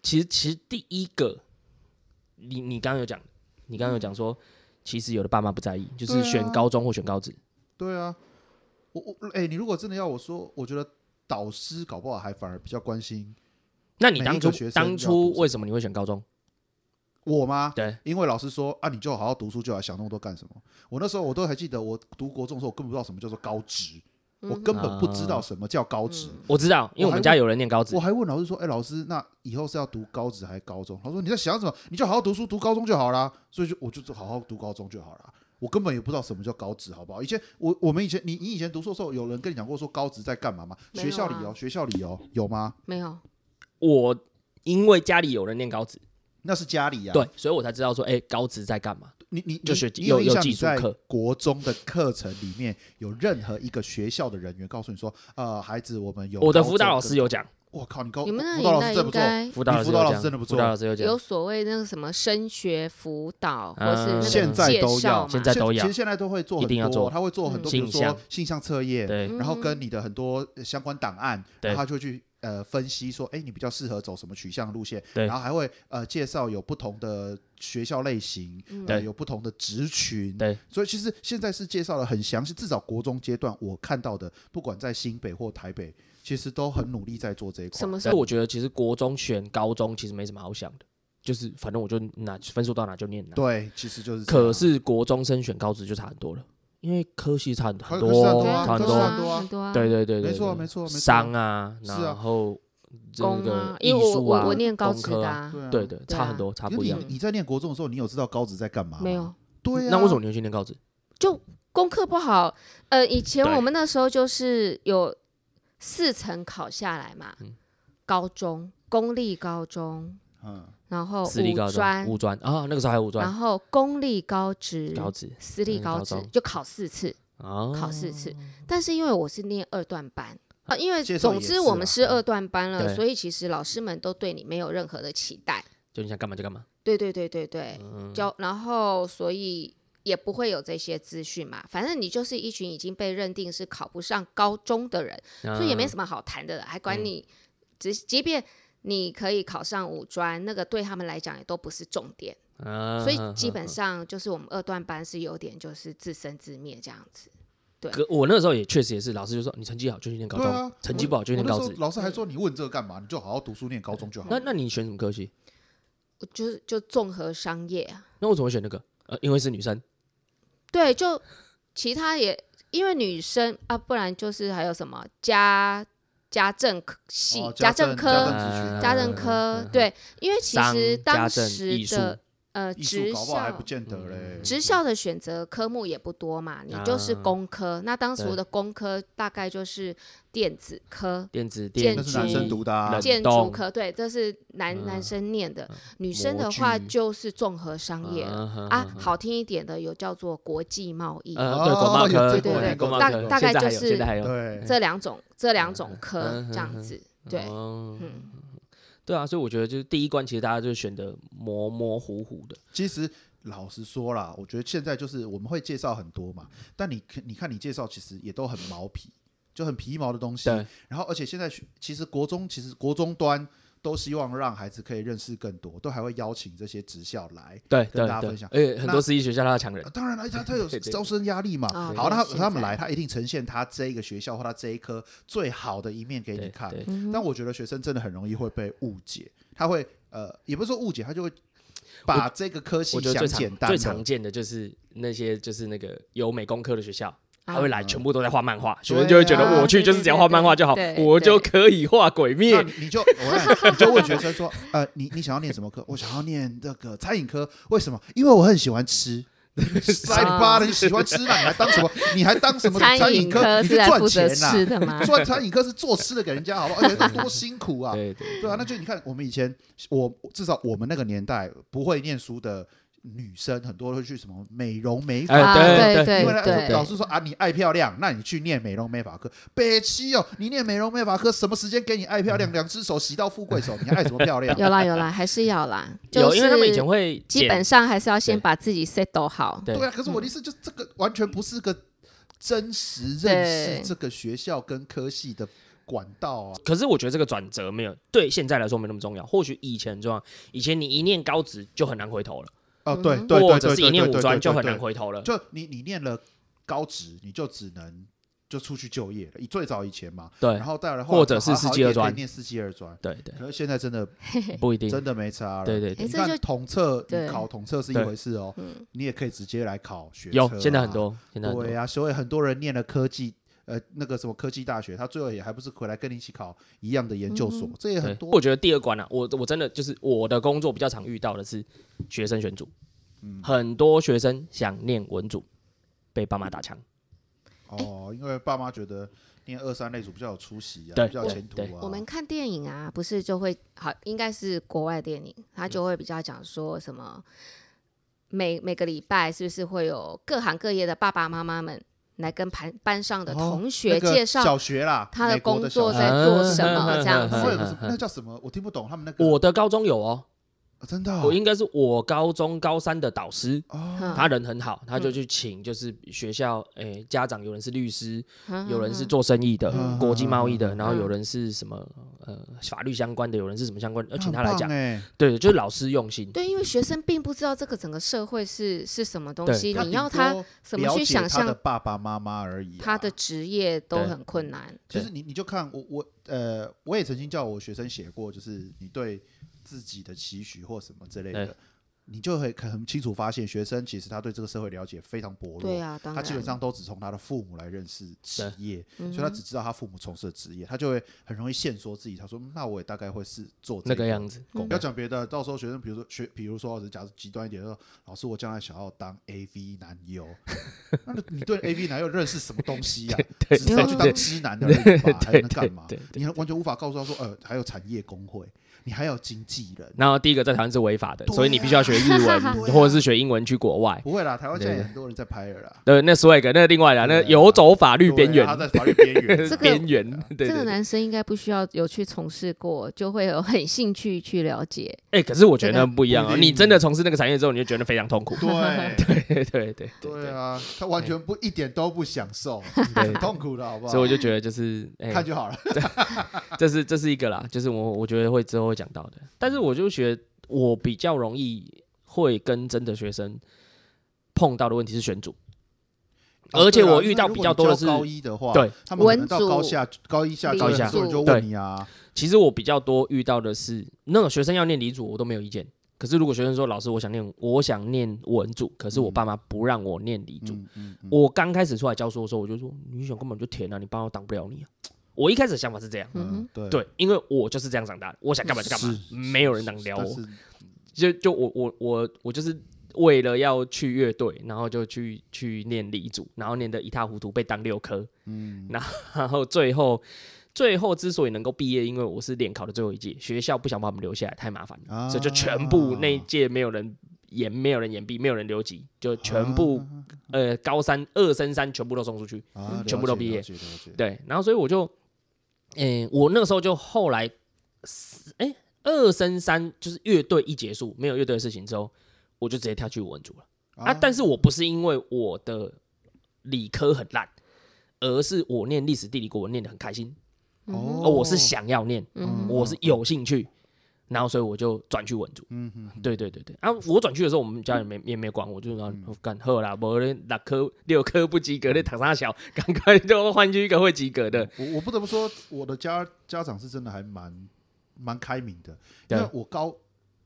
[SPEAKER 1] 其实其实第一个，你你刚刚有讲，你刚刚有讲说，其实有的爸妈不在意，就是
[SPEAKER 2] 对啊
[SPEAKER 1] 选高中或选高职，
[SPEAKER 2] 对啊，我我哎、你如果真的要我说，我觉得导师搞不好还反而比较关心
[SPEAKER 1] 那你
[SPEAKER 2] 每一
[SPEAKER 1] 当
[SPEAKER 2] 个
[SPEAKER 1] 初
[SPEAKER 2] 学生
[SPEAKER 1] 当
[SPEAKER 2] 要
[SPEAKER 1] 初
[SPEAKER 2] 读什么
[SPEAKER 1] 为什么你会选高中？
[SPEAKER 2] 我吗？
[SPEAKER 1] 对，
[SPEAKER 2] 因为老师说啊，你就好好读书就好，想那么多干什么？我那时候我都还记得，我读国中的时候，我根本不知道什么叫做高职，我根本不
[SPEAKER 1] 嗯
[SPEAKER 2] 知道什么叫高职。
[SPEAKER 1] 我知道，因为我
[SPEAKER 2] 我还
[SPEAKER 1] 们家有人念高职
[SPEAKER 2] 我，还问老师说：“哎、老师，那以后是要读高职还是高中？”他说：“你在想什么？你就好好读书，读高中就好啦。”所以就我就好好读高中就好啦。我根本也不知道什么叫高职，好不好？以前我我们以前你你以前读书的时候，有人跟你讲过说高职在干嘛吗？
[SPEAKER 3] 没
[SPEAKER 2] 学
[SPEAKER 3] 有
[SPEAKER 2] 校
[SPEAKER 3] 啊
[SPEAKER 2] 里有，学校里有，有吗？
[SPEAKER 3] 没有，
[SPEAKER 1] 我因为家里有人念高职，
[SPEAKER 2] 那是家里呀、
[SPEAKER 1] 对，所以我才知道说，哎，高职在干嘛？
[SPEAKER 2] 你你
[SPEAKER 1] 就
[SPEAKER 2] 你
[SPEAKER 1] 学
[SPEAKER 2] 你
[SPEAKER 1] 有
[SPEAKER 2] 印
[SPEAKER 1] 有
[SPEAKER 2] 象
[SPEAKER 1] 技
[SPEAKER 2] 你
[SPEAKER 1] 术
[SPEAKER 2] 在
[SPEAKER 1] 课
[SPEAKER 2] 国中的课程里面有任何一个学校的人员告诉你说，呃，孩子，我们有
[SPEAKER 1] 我的
[SPEAKER 2] 高
[SPEAKER 1] 辅导
[SPEAKER 2] 中
[SPEAKER 1] 老
[SPEAKER 2] 跟
[SPEAKER 1] 师，有讲，
[SPEAKER 2] 我靠，你高
[SPEAKER 3] 你们那
[SPEAKER 2] 辅
[SPEAKER 3] 个年
[SPEAKER 2] 导哦老
[SPEAKER 3] 代
[SPEAKER 2] 师真
[SPEAKER 3] 应
[SPEAKER 2] 不错，
[SPEAKER 3] 该
[SPEAKER 1] 辅导老师
[SPEAKER 2] 你辅导
[SPEAKER 1] 有讲，
[SPEAKER 2] 老师真的不
[SPEAKER 1] 辅
[SPEAKER 2] 错
[SPEAKER 1] 导老师有
[SPEAKER 3] 有
[SPEAKER 1] 讲，
[SPEAKER 3] 所谓那个什么升学辅导，
[SPEAKER 1] 啊
[SPEAKER 3] 或是那个
[SPEAKER 2] 现在
[SPEAKER 3] 介
[SPEAKER 2] 都
[SPEAKER 3] 绍
[SPEAKER 2] 要
[SPEAKER 3] 嘛
[SPEAKER 1] 现在都
[SPEAKER 2] 其
[SPEAKER 1] 要
[SPEAKER 2] 实现在都会做
[SPEAKER 1] 一
[SPEAKER 2] 很
[SPEAKER 1] 定要
[SPEAKER 2] 多，
[SPEAKER 1] 做
[SPEAKER 2] 他会做很多，比如
[SPEAKER 1] 性向
[SPEAKER 2] 说性向测验，
[SPEAKER 1] 对，
[SPEAKER 2] 然后
[SPEAKER 3] 嗯
[SPEAKER 2] 跟你的很多呃相关档案，
[SPEAKER 1] 对
[SPEAKER 2] 然后他就会去呃分析说，哎，你比较适合走什么取向路线，
[SPEAKER 1] 对
[SPEAKER 2] 然后还会呃介绍有不同的学校类型，
[SPEAKER 3] 嗯
[SPEAKER 2] 呃
[SPEAKER 1] 对
[SPEAKER 2] 有不同的职群，
[SPEAKER 1] 对，
[SPEAKER 2] 所以其实现在是介绍的很详细，至少国中阶段我看到的，不管在新北或台北，其实都很努力在做这一块。
[SPEAKER 3] 什么时
[SPEAKER 1] 所以
[SPEAKER 3] 候
[SPEAKER 1] 我觉得其实国中选高中其实没什么好想的，就是反正我就拿分数到哪就念哪。
[SPEAKER 2] 对，其实就是这啊样。
[SPEAKER 1] 可是国中生选高职就差很多了，因为科系差很很
[SPEAKER 2] 科科系差很
[SPEAKER 1] 多，
[SPEAKER 2] 多啊
[SPEAKER 1] 差很
[SPEAKER 2] 科系差
[SPEAKER 1] 多。
[SPEAKER 2] 很多啊
[SPEAKER 3] 很多啊，
[SPEAKER 1] 对对对对，
[SPEAKER 2] 没错
[SPEAKER 1] 对
[SPEAKER 2] 没错没错
[SPEAKER 1] 商啊，
[SPEAKER 2] 是啊
[SPEAKER 1] 然后这
[SPEAKER 3] 工
[SPEAKER 1] 个
[SPEAKER 3] 啊，
[SPEAKER 1] 艺
[SPEAKER 3] 因为我
[SPEAKER 1] 术啊
[SPEAKER 3] 我，我念高
[SPEAKER 1] 工
[SPEAKER 3] 职
[SPEAKER 1] 科
[SPEAKER 3] 的
[SPEAKER 1] 啊
[SPEAKER 3] 啊，
[SPEAKER 2] 对啊
[SPEAKER 1] 对对，
[SPEAKER 3] 对
[SPEAKER 1] 差很
[SPEAKER 3] 啊
[SPEAKER 1] 多，差
[SPEAKER 2] 因
[SPEAKER 1] 不一
[SPEAKER 2] 为
[SPEAKER 1] 样。
[SPEAKER 2] 你你在念国中的时候，你有知道高职在干
[SPEAKER 1] 嗯
[SPEAKER 2] 嘛吗？
[SPEAKER 3] 没有。
[SPEAKER 2] 对啊，
[SPEAKER 1] 那为什么你会去念高职？
[SPEAKER 3] 功课不好，呃，以前
[SPEAKER 1] 对
[SPEAKER 3] 我们那时候就是有四层考下来嘛，
[SPEAKER 1] 嗯
[SPEAKER 3] 高中公立高中，
[SPEAKER 2] 嗯，
[SPEAKER 3] 然后
[SPEAKER 1] 私立
[SPEAKER 3] 五
[SPEAKER 1] 高中、
[SPEAKER 3] 专，
[SPEAKER 1] 五专啊，那个时候还有五
[SPEAKER 3] 然
[SPEAKER 1] 专、
[SPEAKER 3] 后公立高职、
[SPEAKER 1] 高职嗯
[SPEAKER 3] 私立高职
[SPEAKER 1] 公立高中
[SPEAKER 3] 就考四次，
[SPEAKER 1] 啊，
[SPEAKER 3] 考四次。但是因为我是念二段班。啊，因为
[SPEAKER 2] 介绍
[SPEAKER 3] 总
[SPEAKER 2] 也
[SPEAKER 3] 之我们
[SPEAKER 2] 是
[SPEAKER 3] 是
[SPEAKER 2] 啊
[SPEAKER 3] 二段班了，
[SPEAKER 1] 对
[SPEAKER 3] 所以其实老师们都对你没有任何的期待。
[SPEAKER 1] 就你想干嘛就干嘛。
[SPEAKER 3] 对对对对对，
[SPEAKER 2] 嗯
[SPEAKER 3] 教然后所以也不会有这些资讯嘛，反正你就是一群已经被认定是考不上高中的人，所以
[SPEAKER 2] 嗯
[SPEAKER 3] 也没什么好谈的了，还管你，只即便。你可以考上五专，那个对他们来讲也都不是重点，
[SPEAKER 2] 嗯
[SPEAKER 1] 么
[SPEAKER 3] 所以基本上就是我们二段班是有点就是自生自灭这样子。
[SPEAKER 1] 可我那时候也确实也是，老师就说你成绩好就去念高
[SPEAKER 2] 对啊
[SPEAKER 1] 中，成绩不好就去
[SPEAKER 2] 我
[SPEAKER 1] 念
[SPEAKER 2] 那
[SPEAKER 1] 高嗯
[SPEAKER 2] 时候
[SPEAKER 1] 职。
[SPEAKER 2] 老师还说你问这个干嘛？你就好好读书念高中就好
[SPEAKER 1] 那
[SPEAKER 2] 了。
[SPEAKER 1] 那你选什么科系？
[SPEAKER 3] 我就是就综合商业啊，
[SPEAKER 1] 那我怎么会选那个？呃，因为是女生，
[SPEAKER 3] 对，就其他也因为女生啊，不然就是还有什么家家政科系、
[SPEAKER 2] 哦
[SPEAKER 3] 家
[SPEAKER 2] 家
[SPEAKER 3] 政
[SPEAKER 2] 政
[SPEAKER 3] 科、
[SPEAKER 2] 政咨
[SPEAKER 1] 嗯
[SPEAKER 2] 询
[SPEAKER 3] 家政科，对，因为其
[SPEAKER 1] 商
[SPEAKER 3] 实
[SPEAKER 1] 家
[SPEAKER 3] 当
[SPEAKER 1] 政
[SPEAKER 3] 时
[SPEAKER 1] 艺术
[SPEAKER 3] 的呃
[SPEAKER 2] 艺术
[SPEAKER 3] 职
[SPEAKER 2] 搞不好还
[SPEAKER 3] 校
[SPEAKER 2] 不见得嘞。
[SPEAKER 3] 职校的选择科目也不多嘛，你就是
[SPEAKER 1] 啊
[SPEAKER 3] 工科。那当时
[SPEAKER 1] 对
[SPEAKER 3] 我的工科大概就是电子科、
[SPEAKER 1] 电子电
[SPEAKER 3] 建
[SPEAKER 2] 那
[SPEAKER 1] 子
[SPEAKER 2] 是男生读的啊
[SPEAKER 1] 冷，
[SPEAKER 3] 建
[SPEAKER 1] 冻嗯
[SPEAKER 3] 筑科，对，这是男、男生念的。女生的
[SPEAKER 2] 模
[SPEAKER 3] 话
[SPEAKER 2] 具
[SPEAKER 3] 就是综合商业了、啊，好听一点的有叫做国际贸易。
[SPEAKER 1] 呃，
[SPEAKER 2] 哦
[SPEAKER 1] 对，国贸科，
[SPEAKER 2] 对
[SPEAKER 3] 对对
[SPEAKER 1] 国贸
[SPEAKER 3] 大
[SPEAKER 1] 科，
[SPEAKER 3] 大
[SPEAKER 1] 现
[SPEAKER 3] 概
[SPEAKER 1] 在还
[SPEAKER 3] 就
[SPEAKER 1] 有
[SPEAKER 3] 是
[SPEAKER 1] 现在还有，
[SPEAKER 2] 对，
[SPEAKER 3] 这两种这两种科、
[SPEAKER 1] 嗯
[SPEAKER 3] 这样
[SPEAKER 1] 嗯
[SPEAKER 3] 子，对，
[SPEAKER 1] 哦
[SPEAKER 3] 嗯，
[SPEAKER 1] 对啊，所以我觉得就是第一关，其实大家就选的模模糊糊的，
[SPEAKER 2] 其实老实说啦，我觉得现在就是我们会介绍很多嘛，但你你看你介绍其实也都很毛皮，就很皮毛的东西。
[SPEAKER 1] 对，
[SPEAKER 2] 然后而且现在学其实国中其实国中端都希望让孩子可以认识更多，都还会邀请这些职校来。
[SPEAKER 1] 对
[SPEAKER 2] 跟
[SPEAKER 1] 对
[SPEAKER 2] 大家分
[SPEAKER 1] 对
[SPEAKER 2] 享，
[SPEAKER 1] 而且很多
[SPEAKER 2] 那
[SPEAKER 1] 私立学校他要抢人
[SPEAKER 2] 啊，当然了，他他有
[SPEAKER 1] [LAUGHS] 对对对
[SPEAKER 2] 招生压力嘛。
[SPEAKER 3] 啊对
[SPEAKER 2] 好，那他
[SPEAKER 3] 现
[SPEAKER 2] 他们
[SPEAKER 3] 在
[SPEAKER 2] 来，他一定呈现他这一个学校或他这一科最好的一面给你
[SPEAKER 1] 对
[SPEAKER 2] 看。
[SPEAKER 1] 对，
[SPEAKER 2] 但我觉得学生真的很容易会被误解，他会呃，也不是说误解，他就会把这个科系
[SPEAKER 1] 我觉得
[SPEAKER 2] 想
[SPEAKER 1] 最
[SPEAKER 2] 简
[SPEAKER 1] 常
[SPEAKER 2] 单
[SPEAKER 1] 最
[SPEAKER 2] 了
[SPEAKER 1] 常见的就是那些就是那个有美工科的学校。
[SPEAKER 3] 啊
[SPEAKER 1] 他会来，全部都在画漫画，学嗯
[SPEAKER 2] 对
[SPEAKER 1] 生就会觉
[SPEAKER 3] 啊
[SPEAKER 1] 得我去就是只要画漫画就好
[SPEAKER 3] 对对，对
[SPEAKER 1] 我就可以画鬼
[SPEAKER 2] 那
[SPEAKER 1] 灭。
[SPEAKER 2] 你你就我让你你就问学生说， [LAUGHS] 呃，你你想要念什么科？我想要念这个餐饮科，为什么？因为我很喜欢
[SPEAKER 1] [LAUGHS]
[SPEAKER 2] 吃。塞你巴的，你喜欢吃那你还当什么？你还当
[SPEAKER 1] 嗯
[SPEAKER 2] 什么餐饮
[SPEAKER 3] 饮科
[SPEAKER 2] 你
[SPEAKER 3] 是
[SPEAKER 2] 去
[SPEAKER 3] 来
[SPEAKER 2] 赚
[SPEAKER 3] 负责
[SPEAKER 2] 钱呐、
[SPEAKER 3] 吃的吗
[SPEAKER 2] 啊？？ [LAUGHS] 赚餐饮科是做吃的给人家，好不好？而且多辛苦啊！
[SPEAKER 1] 对对
[SPEAKER 2] 对啊，那就你看，我们以前，我至少我们那个年代不会念书的女生很多会去什么美容美发
[SPEAKER 1] 哎，
[SPEAKER 3] 啊
[SPEAKER 1] 对
[SPEAKER 3] 对
[SPEAKER 2] 因为
[SPEAKER 3] 对
[SPEAKER 2] 呢
[SPEAKER 3] 对
[SPEAKER 2] 老师说啊，你爱漂亮，那你去念美容美发科。北七哦，你念美容美发科，什么时间给你爱漂亮？两只手洗到富贵手，你还爱什么漂亮？
[SPEAKER 3] [LAUGHS] 有啦有啦，还是要啦，就
[SPEAKER 1] 啊有，因为他们以前
[SPEAKER 3] 是
[SPEAKER 1] 会
[SPEAKER 3] 基本
[SPEAKER 1] 剪
[SPEAKER 3] 上还是要先
[SPEAKER 1] 对
[SPEAKER 3] 把自己 settle 好。
[SPEAKER 1] 对
[SPEAKER 2] 对啊，可是我
[SPEAKER 3] 嗯
[SPEAKER 2] 的意思就这个完全不是个真实认识
[SPEAKER 3] 对
[SPEAKER 2] 这个学校跟科系的管道啊。
[SPEAKER 1] 可是我觉得这个转折没有对现在来说没那么重要，或许以前很重要。以前你一念高职就很难回头了，
[SPEAKER 2] 哦，
[SPEAKER 3] 嗯
[SPEAKER 2] 对
[SPEAKER 3] 哼
[SPEAKER 2] 对对
[SPEAKER 1] 或
[SPEAKER 2] 对
[SPEAKER 1] 者是一
[SPEAKER 2] 对
[SPEAKER 1] 念
[SPEAKER 2] 对
[SPEAKER 1] 五
[SPEAKER 2] 对
[SPEAKER 1] 专
[SPEAKER 2] 对
[SPEAKER 1] 就很
[SPEAKER 2] 对
[SPEAKER 1] 难回头了。
[SPEAKER 2] 就你你念了高职，你就只能就出去就业了。以最早以前嘛，
[SPEAKER 1] 对
[SPEAKER 2] 然后再来
[SPEAKER 1] 或者是
[SPEAKER 2] 四
[SPEAKER 1] 四技二专
[SPEAKER 2] 念四技二专。
[SPEAKER 1] 对对，
[SPEAKER 2] 可是现在真的
[SPEAKER 1] 不一定。
[SPEAKER 2] 真的没差了。
[SPEAKER 1] [LAUGHS] 对对
[SPEAKER 3] 哎
[SPEAKER 1] 对，
[SPEAKER 2] 你
[SPEAKER 3] 这
[SPEAKER 2] 看
[SPEAKER 3] 就
[SPEAKER 2] 统测，你
[SPEAKER 3] 对
[SPEAKER 2] 考统测是一
[SPEAKER 1] 对
[SPEAKER 2] 回事哦，
[SPEAKER 3] 嗯，
[SPEAKER 2] 你也可以直接来考学
[SPEAKER 1] 有
[SPEAKER 2] 车
[SPEAKER 1] 现在
[SPEAKER 2] 啊
[SPEAKER 1] 很。多，现在很多
[SPEAKER 2] 对。啊，所以很多人念了科技，呃，那个什么科技大学，他最后也还不是回来跟你一起考一样的研究所
[SPEAKER 3] 嗯，
[SPEAKER 2] 这也
[SPEAKER 1] 对
[SPEAKER 2] 很
[SPEAKER 1] 我
[SPEAKER 2] 多。
[SPEAKER 1] 觉得第二关啊，我我真的就是我的工作比较常遇到的是学生选组，很多学生想念文组，被爸妈打枪。
[SPEAKER 2] 嗯哦，因为爸妈觉得念二三类组比较有出息啊，
[SPEAKER 1] 对
[SPEAKER 2] 比较有前途
[SPEAKER 1] 对
[SPEAKER 2] 啊。
[SPEAKER 3] 我们看电影啊，不是就会好，应该是国外电影，他
[SPEAKER 2] 嗯
[SPEAKER 3] 就会比较讲说什么每每个礼拜是不是会有各行各业的爸爸妈妈们来跟班班上的
[SPEAKER 2] 哦
[SPEAKER 3] 同
[SPEAKER 2] 那
[SPEAKER 3] 学
[SPEAKER 2] 个
[SPEAKER 3] 介绍
[SPEAKER 2] 小学啦，
[SPEAKER 3] 他的
[SPEAKER 2] 美国
[SPEAKER 3] 工
[SPEAKER 2] 的
[SPEAKER 3] 作
[SPEAKER 2] 小
[SPEAKER 3] 在
[SPEAKER 2] 学。
[SPEAKER 3] 做什
[SPEAKER 2] [LAUGHS]
[SPEAKER 3] 么
[SPEAKER 1] 嗯
[SPEAKER 3] 这样
[SPEAKER 1] 嗯
[SPEAKER 3] 子
[SPEAKER 1] 嗯
[SPEAKER 2] 那
[SPEAKER 1] 嗯
[SPEAKER 2] 个
[SPEAKER 3] [LAUGHS]
[SPEAKER 2] 不是那叫什么？我听不懂他们那个。
[SPEAKER 1] 我的高中有哦，
[SPEAKER 2] 嗯啊真的哦
[SPEAKER 1] 我应该是我高中高三的导师，
[SPEAKER 2] 哦
[SPEAKER 3] 嗯
[SPEAKER 1] 他人很好，他就
[SPEAKER 3] 嗯
[SPEAKER 1] 去请就是学校诶家长，有人是律师，
[SPEAKER 3] 嗯
[SPEAKER 1] 有人是
[SPEAKER 3] 嗯
[SPEAKER 1] 做生意的
[SPEAKER 2] 嗯，
[SPEAKER 1] 国际贸易的，
[SPEAKER 2] 嗯
[SPEAKER 1] 然后有
[SPEAKER 3] 嗯
[SPEAKER 1] 人是什么呃法律相关的，有人是什么相关的，要
[SPEAKER 2] 那
[SPEAKER 1] 请
[SPEAKER 2] 嗯很
[SPEAKER 1] 他来
[SPEAKER 2] 棒
[SPEAKER 1] 讲。
[SPEAKER 2] 哎，
[SPEAKER 1] 对，就是老师用心。
[SPEAKER 3] 对，因为学生并不知道这个整个社会是是什么东
[SPEAKER 1] 对
[SPEAKER 3] 西，你
[SPEAKER 2] 顶
[SPEAKER 3] 要他
[SPEAKER 2] 多
[SPEAKER 3] 怎么
[SPEAKER 2] 了
[SPEAKER 3] 去
[SPEAKER 2] 解
[SPEAKER 3] 想
[SPEAKER 2] 他的
[SPEAKER 3] 象
[SPEAKER 2] 爸爸妈妈而已啊。
[SPEAKER 3] 他的职业都
[SPEAKER 1] 对
[SPEAKER 3] 很困难。
[SPEAKER 2] 其实你你就看我我呃，我也曾经叫我学生写过，就是你对自己的期许或什么之类
[SPEAKER 1] 对
[SPEAKER 2] 的，你就会很很清楚发现，学生其实他对这个社会了解非常薄弱。
[SPEAKER 3] 对啊，当
[SPEAKER 2] 他
[SPEAKER 3] 然，
[SPEAKER 2] 基本上都只从他的父母来认识职业，
[SPEAKER 3] 嗯哼，
[SPEAKER 2] 所以他只知道他父母从事的职业，他就会很容易限缩自己。他说：“嗯那我也大概会是做
[SPEAKER 1] 那个
[SPEAKER 2] 样。
[SPEAKER 1] 样子，
[SPEAKER 2] 工不要讲别的，到时候学生，比如说学，比如说假如极端一点，说老师，我将来想要
[SPEAKER 1] [LAUGHS]
[SPEAKER 2] 当 AV 男优，那你对 AV 男优认识什么东西呀、
[SPEAKER 1] [LAUGHS] 对
[SPEAKER 2] 只知道去当直男的而已吧，还能干嘛
[SPEAKER 1] 对对？
[SPEAKER 2] 你还完全无法告诉他说，呃，还有产业工会，你还有经纪人，
[SPEAKER 1] 然后第一个在台湾是违法的，
[SPEAKER 2] 对啊
[SPEAKER 1] 所以你必须要学日文
[SPEAKER 2] [LAUGHS] 对啊
[SPEAKER 1] 或者是学英文去国外。
[SPEAKER 2] 不会啦，台湾现在
[SPEAKER 1] 对
[SPEAKER 2] 也
[SPEAKER 1] 对
[SPEAKER 2] 很多人在拍了啦，
[SPEAKER 1] 对，那 swag 那另外啦，那
[SPEAKER 2] 对啊
[SPEAKER 1] 游走法律边
[SPEAKER 2] 对
[SPEAKER 1] 缘
[SPEAKER 2] 啊，他在法律
[SPEAKER 1] [LAUGHS]
[SPEAKER 2] 边缘，
[SPEAKER 3] 这个
[SPEAKER 1] 边缘。对
[SPEAKER 3] 这个
[SPEAKER 1] 对对。
[SPEAKER 3] 男生应该不需要有去从事过，就会有很兴趣去了解。
[SPEAKER 1] 哎，可是我觉得那不一样
[SPEAKER 2] 不
[SPEAKER 1] 哦，
[SPEAKER 2] 一定
[SPEAKER 1] 你真的从事那个产业之后，你就觉得非常痛
[SPEAKER 2] [LAUGHS]
[SPEAKER 1] 苦。
[SPEAKER 2] 对
[SPEAKER 1] [LAUGHS] 对对对
[SPEAKER 2] 对啊，他完全不一点都不享受，
[SPEAKER 1] 对
[SPEAKER 2] 很。痛苦的好不
[SPEAKER 1] 所以我
[SPEAKER 2] 好？
[SPEAKER 1] 就觉得就是，哎，
[SPEAKER 2] 看就好了，
[SPEAKER 1] 这是这是一个啦，就是我我觉得会之后会讲到的。但是我就觉得我比较容易会跟真的学生碰到的问题是选组，
[SPEAKER 2] 哦
[SPEAKER 1] 而且我遇到比较多的是
[SPEAKER 2] 因啊为如果你教高一的话，
[SPEAKER 1] 对，
[SPEAKER 2] 他们可能
[SPEAKER 3] 文
[SPEAKER 2] 到
[SPEAKER 3] 组
[SPEAKER 2] 高下高一下
[SPEAKER 3] 理
[SPEAKER 2] 高一下，
[SPEAKER 1] 组
[SPEAKER 2] 很多人就问你啊，
[SPEAKER 1] 其实我比较多遇到的是，那个学生要念理组，我都没有意见。可是如果学生说老师，我想念我想念文组，可是我爸妈不让我念理组。
[SPEAKER 2] 嗯嗯嗯，
[SPEAKER 1] 我刚开始出来教书的时候，我就说你想根本就填啊，你爸妈挡不了你啊。我一开始的想法是这样，
[SPEAKER 3] 嗯
[SPEAKER 2] 嗯对
[SPEAKER 1] 对，因为我就是这样长大的，我想干嘛就干嘛，没有人能撩
[SPEAKER 2] 但
[SPEAKER 1] 我。
[SPEAKER 2] 是啊
[SPEAKER 1] 就就我我我我就是为了要去乐队，然后就去去念理组，然后念得一塌糊涂，被当六科，嗯， [LAUGHS] 然后最后最后之所以能够毕业，因为我是联考的最后一届，学校不想把我们留下来，太麻烦了，
[SPEAKER 2] 啊
[SPEAKER 1] 所以就全部那一届没有人延，没有人延毕，没有人留级，就全部、呃高三二升三全部都送出去，
[SPEAKER 2] 啊
[SPEAKER 1] 全部都毕业
[SPEAKER 2] 了解了解了解
[SPEAKER 1] 对，然后所以我就，嗯、我那个时候就后来，哎、二升三就是乐队一结束，没有乐队的事情之后，我就直接跳去文组了
[SPEAKER 2] 哦
[SPEAKER 1] 啊。但是我不是因为我的理科很烂，而是我念历史地理国文念得很开心，
[SPEAKER 3] 嗯
[SPEAKER 2] 哦
[SPEAKER 3] 哼
[SPEAKER 1] 而我是想要念，
[SPEAKER 3] 嗯哼，
[SPEAKER 1] 我是有兴趣，然后所以我就转去文组。
[SPEAKER 2] 嗯嗯嗯
[SPEAKER 1] 对对对对，啊，我转去的时候，我们家人没也没管我，就是让干喝啦，我六科六科不及格的躺上小，赶快就换去一个会及格的。
[SPEAKER 2] 我我不得不说，我的家家长是真的还蛮蛮开明的，因
[SPEAKER 1] 对
[SPEAKER 2] 为我高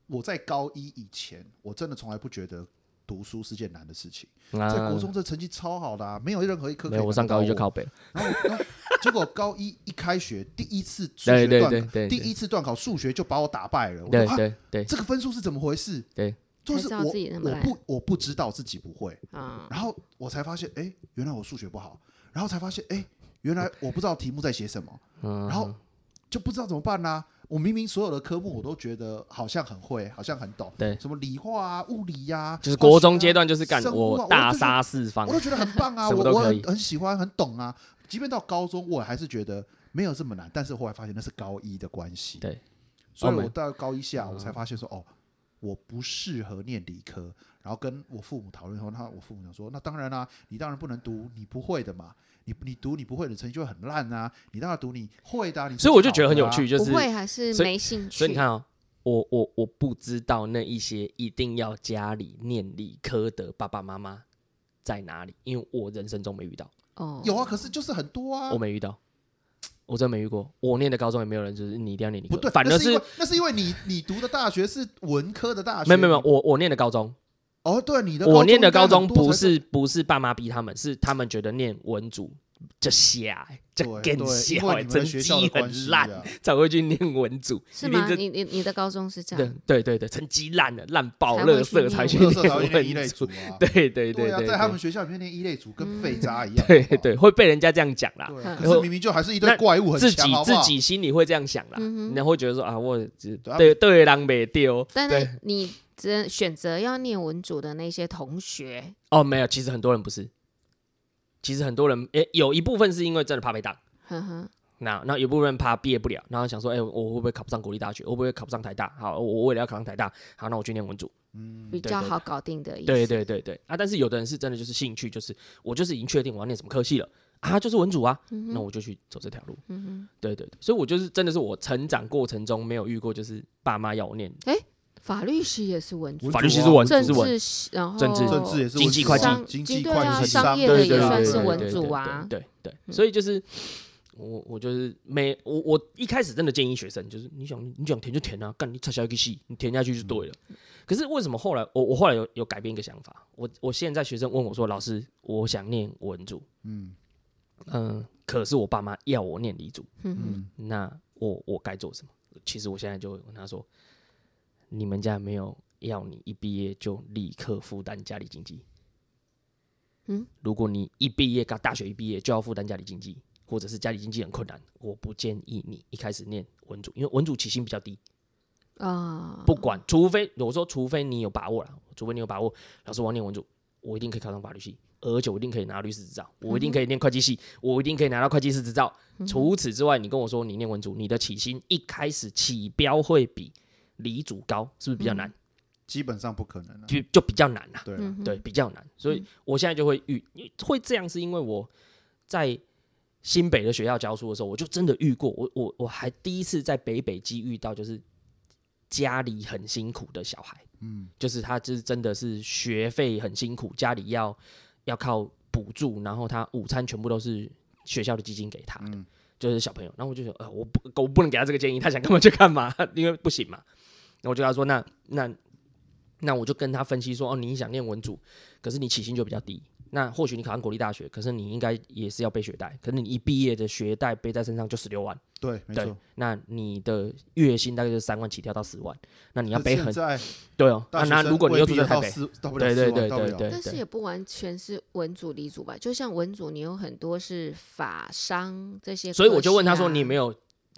[SPEAKER 2] 我在高一以前，我真的从来不觉得。读书是件难的事情，在
[SPEAKER 1] 啊
[SPEAKER 2] 国中这成绩超好的、啊，没有任何一科可
[SPEAKER 1] 没
[SPEAKER 2] 以
[SPEAKER 1] 有，我上
[SPEAKER 2] 难得到哦
[SPEAKER 1] 高一就靠北了。
[SPEAKER 2] 然后， [LAUGHS] 然后结果高一一开学，第一次数
[SPEAKER 1] 对
[SPEAKER 2] 学
[SPEAKER 1] 对
[SPEAKER 2] 段
[SPEAKER 1] 对
[SPEAKER 2] 考
[SPEAKER 1] 对，
[SPEAKER 2] 第
[SPEAKER 1] 对
[SPEAKER 2] 一次段考数学就把我打败了。我
[SPEAKER 1] 对
[SPEAKER 2] 说啊，
[SPEAKER 1] 对对，
[SPEAKER 2] 这个分数是怎么回事？
[SPEAKER 1] 对，
[SPEAKER 2] 就是
[SPEAKER 3] 才知道
[SPEAKER 2] 我
[SPEAKER 3] 自己那么
[SPEAKER 2] 我
[SPEAKER 3] 烂
[SPEAKER 2] 不我不知道自己不会，
[SPEAKER 3] 啊，
[SPEAKER 2] 然后我才发现，哎，原来我数学不好，然后才发现，哎，原来我不知道题目在写什么，
[SPEAKER 1] 嗯
[SPEAKER 2] 然后就不知道怎么办啦、我明明所有的科目我都觉得好像很会，好像很懂，
[SPEAKER 1] 对
[SPEAKER 2] 什么理化啊、物理呀、
[SPEAKER 1] 就是
[SPEAKER 2] 化学
[SPEAKER 1] 国中
[SPEAKER 2] 啊
[SPEAKER 1] 阶段就是干
[SPEAKER 2] 生物啊
[SPEAKER 1] 我大杀四方
[SPEAKER 2] 我，都觉得很
[SPEAKER 1] [LAUGHS]
[SPEAKER 2] 棒啊，
[SPEAKER 1] 什么
[SPEAKER 2] 我
[SPEAKER 1] 都
[SPEAKER 2] 我
[SPEAKER 1] 可以
[SPEAKER 2] 很很喜欢，很懂啊。即便到高中，我还是觉得没有这么难。但是后来发现那是高一的关系，
[SPEAKER 1] 对，嗯
[SPEAKER 2] 所以
[SPEAKER 1] 哦没
[SPEAKER 2] 我到高一下，我才发现说，哦，我不适合念理科。然后跟我父母讨论后，那我父母讲说，那当然啦、你当然不能读你不会的嘛，你你读你不会的成绩就会很烂啊，你当然读你会的、啊，你成绩
[SPEAKER 1] 所以我就觉得
[SPEAKER 2] 好
[SPEAKER 1] 很
[SPEAKER 2] 的
[SPEAKER 1] 有
[SPEAKER 2] 啊
[SPEAKER 1] 趣，就是
[SPEAKER 3] 不会还是
[SPEAKER 1] 所以
[SPEAKER 3] 没兴趣。
[SPEAKER 1] 所以你看哦，我我我不知道那一些一定要家里念理科的爸爸妈妈在哪里，因为我人生中没遇到，
[SPEAKER 3] 哦，
[SPEAKER 2] 有啊，可是就是很多啊
[SPEAKER 1] 我，没遇到，我真没遇过。我念的高中也没有人就是你一定要念理科，
[SPEAKER 2] 不对，
[SPEAKER 1] 反
[SPEAKER 2] 那
[SPEAKER 1] 而
[SPEAKER 2] 是因为那是因为你你读的大学是文科的大学，
[SPEAKER 1] 没有没有没有，我我念的高中，
[SPEAKER 2] 哦，对，你的
[SPEAKER 1] 我念的
[SPEAKER 2] 应该
[SPEAKER 1] 高中
[SPEAKER 2] 很多
[SPEAKER 1] 不
[SPEAKER 2] 才
[SPEAKER 1] 是不是爸妈逼他们，是他们觉得念文组这瞎欸，这
[SPEAKER 2] 对
[SPEAKER 1] 更
[SPEAKER 2] 对因
[SPEAKER 1] 瞎
[SPEAKER 2] 为
[SPEAKER 1] 欸，
[SPEAKER 2] 你们的
[SPEAKER 1] 成
[SPEAKER 2] 学
[SPEAKER 1] 绩
[SPEAKER 2] 校的关
[SPEAKER 1] 很
[SPEAKER 2] 系
[SPEAKER 1] 烂
[SPEAKER 2] 啊
[SPEAKER 1] 才会去念文组，
[SPEAKER 3] 是
[SPEAKER 1] 一定
[SPEAKER 3] 吗？
[SPEAKER 1] 这
[SPEAKER 3] 你你你的高中是这
[SPEAKER 1] 对
[SPEAKER 3] 样？
[SPEAKER 1] 对对对，成绩烂了，烂爆，
[SPEAKER 3] 才
[SPEAKER 1] 垃
[SPEAKER 3] 会去
[SPEAKER 1] 圾才去
[SPEAKER 3] 念
[SPEAKER 2] 特色才会
[SPEAKER 1] 念
[SPEAKER 2] 念一类
[SPEAKER 1] 文
[SPEAKER 2] 组
[SPEAKER 1] 组。
[SPEAKER 2] 啊。
[SPEAKER 1] [LAUGHS] 对对对
[SPEAKER 2] 啊，
[SPEAKER 1] 对，
[SPEAKER 2] 在他们学校里面念一类组跟废渣一
[SPEAKER 1] [LAUGHS]
[SPEAKER 2] 样。
[SPEAKER 1] 对
[SPEAKER 2] 好不好
[SPEAKER 1] 对，会被人家这样讲啦。
[SPEAKER 2] 对
[SPEAKER 3] 嗯
[SPEAKER 2] 啊，可是明明就还是一堆
[SPEAKER 1] 那
[SPEAKER 2] 怪物， [LAUGHS] 很
[SPEAKER 1] 自
[SPEAKER 2] 强
[SPEAKER 1] 己
[SPEAKER 2] 好不
[SPEAKER 1] 自
[SPEAKER 2] 好
[SPEAKER 1] 己心里会这样想啦，
[SPEAKER 3] 嗯哼
[SPEAKER 1] 然后会觉得说啊，我只
[SPEAKER 2] 对啊
[SPEAKER 1] 对对人没丢，
[SPEAKER 3] 但
[SPEAKER 1] 对
[SPEAKER 3] 是你只选择要念文组的那些同学，
[SPEAKER 1] 哦，没有，其实很多人不是，其实很多人诶，有一部分是因为真的怕被当，
[SPEAKER 3] 呵呵，
[SPEAKER 1] 那那有部分怕毕业不了，然后想说，哎、我我会不会考不上国立大学？我会不会考不上台大？好，我我为了要考上台大，好，那我去念文组。
[SPEAKER 3] 比
[SPEAKER 1] 嗯对
[SPEAKER 3] 较
[SPEAKER 1] 对
[SPEAKER 3] 好搞定的意思。
[SPEAKER 1] 对对对对啊！但是有的人是真的就是兴趣，就是我就是已经确定我要念什么科系了啊，就是文组啊，那我就去走这条路。
[SPEAKER 3] 嗯
[SPEAKER 1] 对对对，所以我就是真的是我成长过程中没有遇过，就是爸妈要我念
[SPEAKER 3] 哼，法律系也是文组，
[SPEAKER 2] 文
[SPEAKER 1] 法律
[SPEAKER 2] 组
[SPEAKER 1] 系
[SPEAKER 2] 啊
[SPEAKER 1] 是文
[SPEAKER 3] 政
[SPEAKER 1] 是文
[SPEAKER 3] 治系，然后
[SPEAKER 1] 政治
[SPEAKER 2] 政治也是
[SPEAKER 1] 经
[SPEAKER 2] 文
[SPEAKER 1] 济
[SPEAKER 2] 组
[SPEAKER 1] 会
[SPEAKER 2] 啊
[SPEAKER 1] 计
[SPEAKER 3] 商
[SPEAKER 2] 经
[SPEAKER 3] 经
[SPEAKER 2] 济
[SPEAKER 3] 对
[SPEAKER 2] 会
[SPEAKER 3] 啊
[SPEAKER 2] 计
[SPEAKER 3] 商业
[SPEAKER 1] 对
[SPEAKER 3] 的
[SPEAKER 1] 对
[SPEAKER 3] 也
[SPEAKER 1] 对
[SPEAKER 3] 算是
[SPEAKER 1] 对
[SPEAKER 3] 文
[SPEAKER 1] 对
[SPEAKER 3] 组
[SPEAKER 1] 对
[SPEAKER 3] 啊
[SPEAKER 1] 对对对，所以就是我我就是每我我一开始真的建议学生，就是你想你想填就填啊，干你插小一个系，你填下去就对了。
[SPEAKER 3] 嗯
[SPEAKER 1] 可是为什么后来我我后来有有改变一个想法，我我现在学生问我说，老师我想念文组，
[SPEAKER 2] 嗯
[SPEAKER 1] 嗯、可是我爸妈要我念理组，
[SPEAKER 3] 嗯哼，
[SPEAKER 2] 嗯，
[SPEAKER 1] 那我我该做什么？其实我现在就会跟他说，你们家没有要你一毕业就立刻负担家里经济。
[SPEAKER 3] 嗯，
[SPEAKER 1] 如果你一毕业，刚大学一毕业就要负担家里经济，或者是家里经济很困难，我不建议你一开始念文组，因为文组起薪比较低。
[SPEAKER 3] 啊，
[SPEAKER 1] 不管，除非我说，除非你有把握了，除非你有把握，老师我要念文组，我一定可以考上法律系，而且我一定可以拿律师执照，我一定可以念会计系，我一定可以拿到会计师执照。
[SPEAKER 3] 嗯
[SPEAKER 1] 除此之外，你跟我说你念文组，你的起薪一开始起标会比理组高，是不是比较难？
[SPEAKER 2] 基本上不可能了。
[SPEAKER 1] 就就比较难啊，
[SPEAKER 2] 对啊，
[SPEAKER 3] 嗯哼，
[SPEAKER 1] 对，比较难。所以
[SPEAKER 3] 嗯
[SPEAKER 1] 我现在就会遇会这样，是因为我在。新北的学校教书的时候，我就真的遇过，我我我还第一次在北北基遇到，就是家里很辛苦的小孩，
[SPEAKER 2] 嗯，
[SPEAKER 1] 就是他就是真的是学费很辛苦，家里要要靠补助，然后他午餐全部都是学校的基金给他的，
[SPEAKER 2] 嗯
[SPEAKER 1] 就是小朋友。然后我就说，呃，我不我不能给他这个建议，他想干嘛就干嘛，因为不行嘛。然后我就跟他说，那那那我就跟他分析说，哦，你想念文组，可是你起薪就比较低。那或许你考上国立大学，可是你应该也是要背学贷，可是你一毕业的学贷背在身上就十六万，
[SPEAKER 2] 对，没
[SPEAKER 1] 对
[SPEAKER 2] 错。，
[SPEAKER 1] 那你的月薪大概就是三万起跳到十万，那你要背
[SPEAKER 2] 可
[SPEAKER 1] 很
[SPEAKER 2] 是现在
[SPEAKER 1] 对哦。那
[SPEAKER 2] 大学
[SPEAKER 1] 那
[SPEAKER 2] 生
[SPEAKER 1] 如果你又
[SPEAKER 2] 未
[SPEAKER 1] 住
[SPEAKER 2] 必
[SPEAKER 1] 在台
[SPEAKER 2] 到
[SPEAKER 1] 北，
[SPEAKER 2] 四到不了
[SPEAKER 1] 对
[SPEAKER 2] 四
[SPEAKER 1] 对
[SPEAKER 2] 万
[SPEAKER 1] 对
[SPEAKER 2] 到不
[SPEAKER 1] 对
[SPEAKER 2] 了
[SPEAKER 1] 对，
[SPEAKER 3] 但是
[SPEAKER 1] 对
[SPEAKER 3] 也不完全是文组、理组吧，就像文组，你有很多是法商这些科系啊、
[SPEAKER 1] 所以我就问他说：“你有没有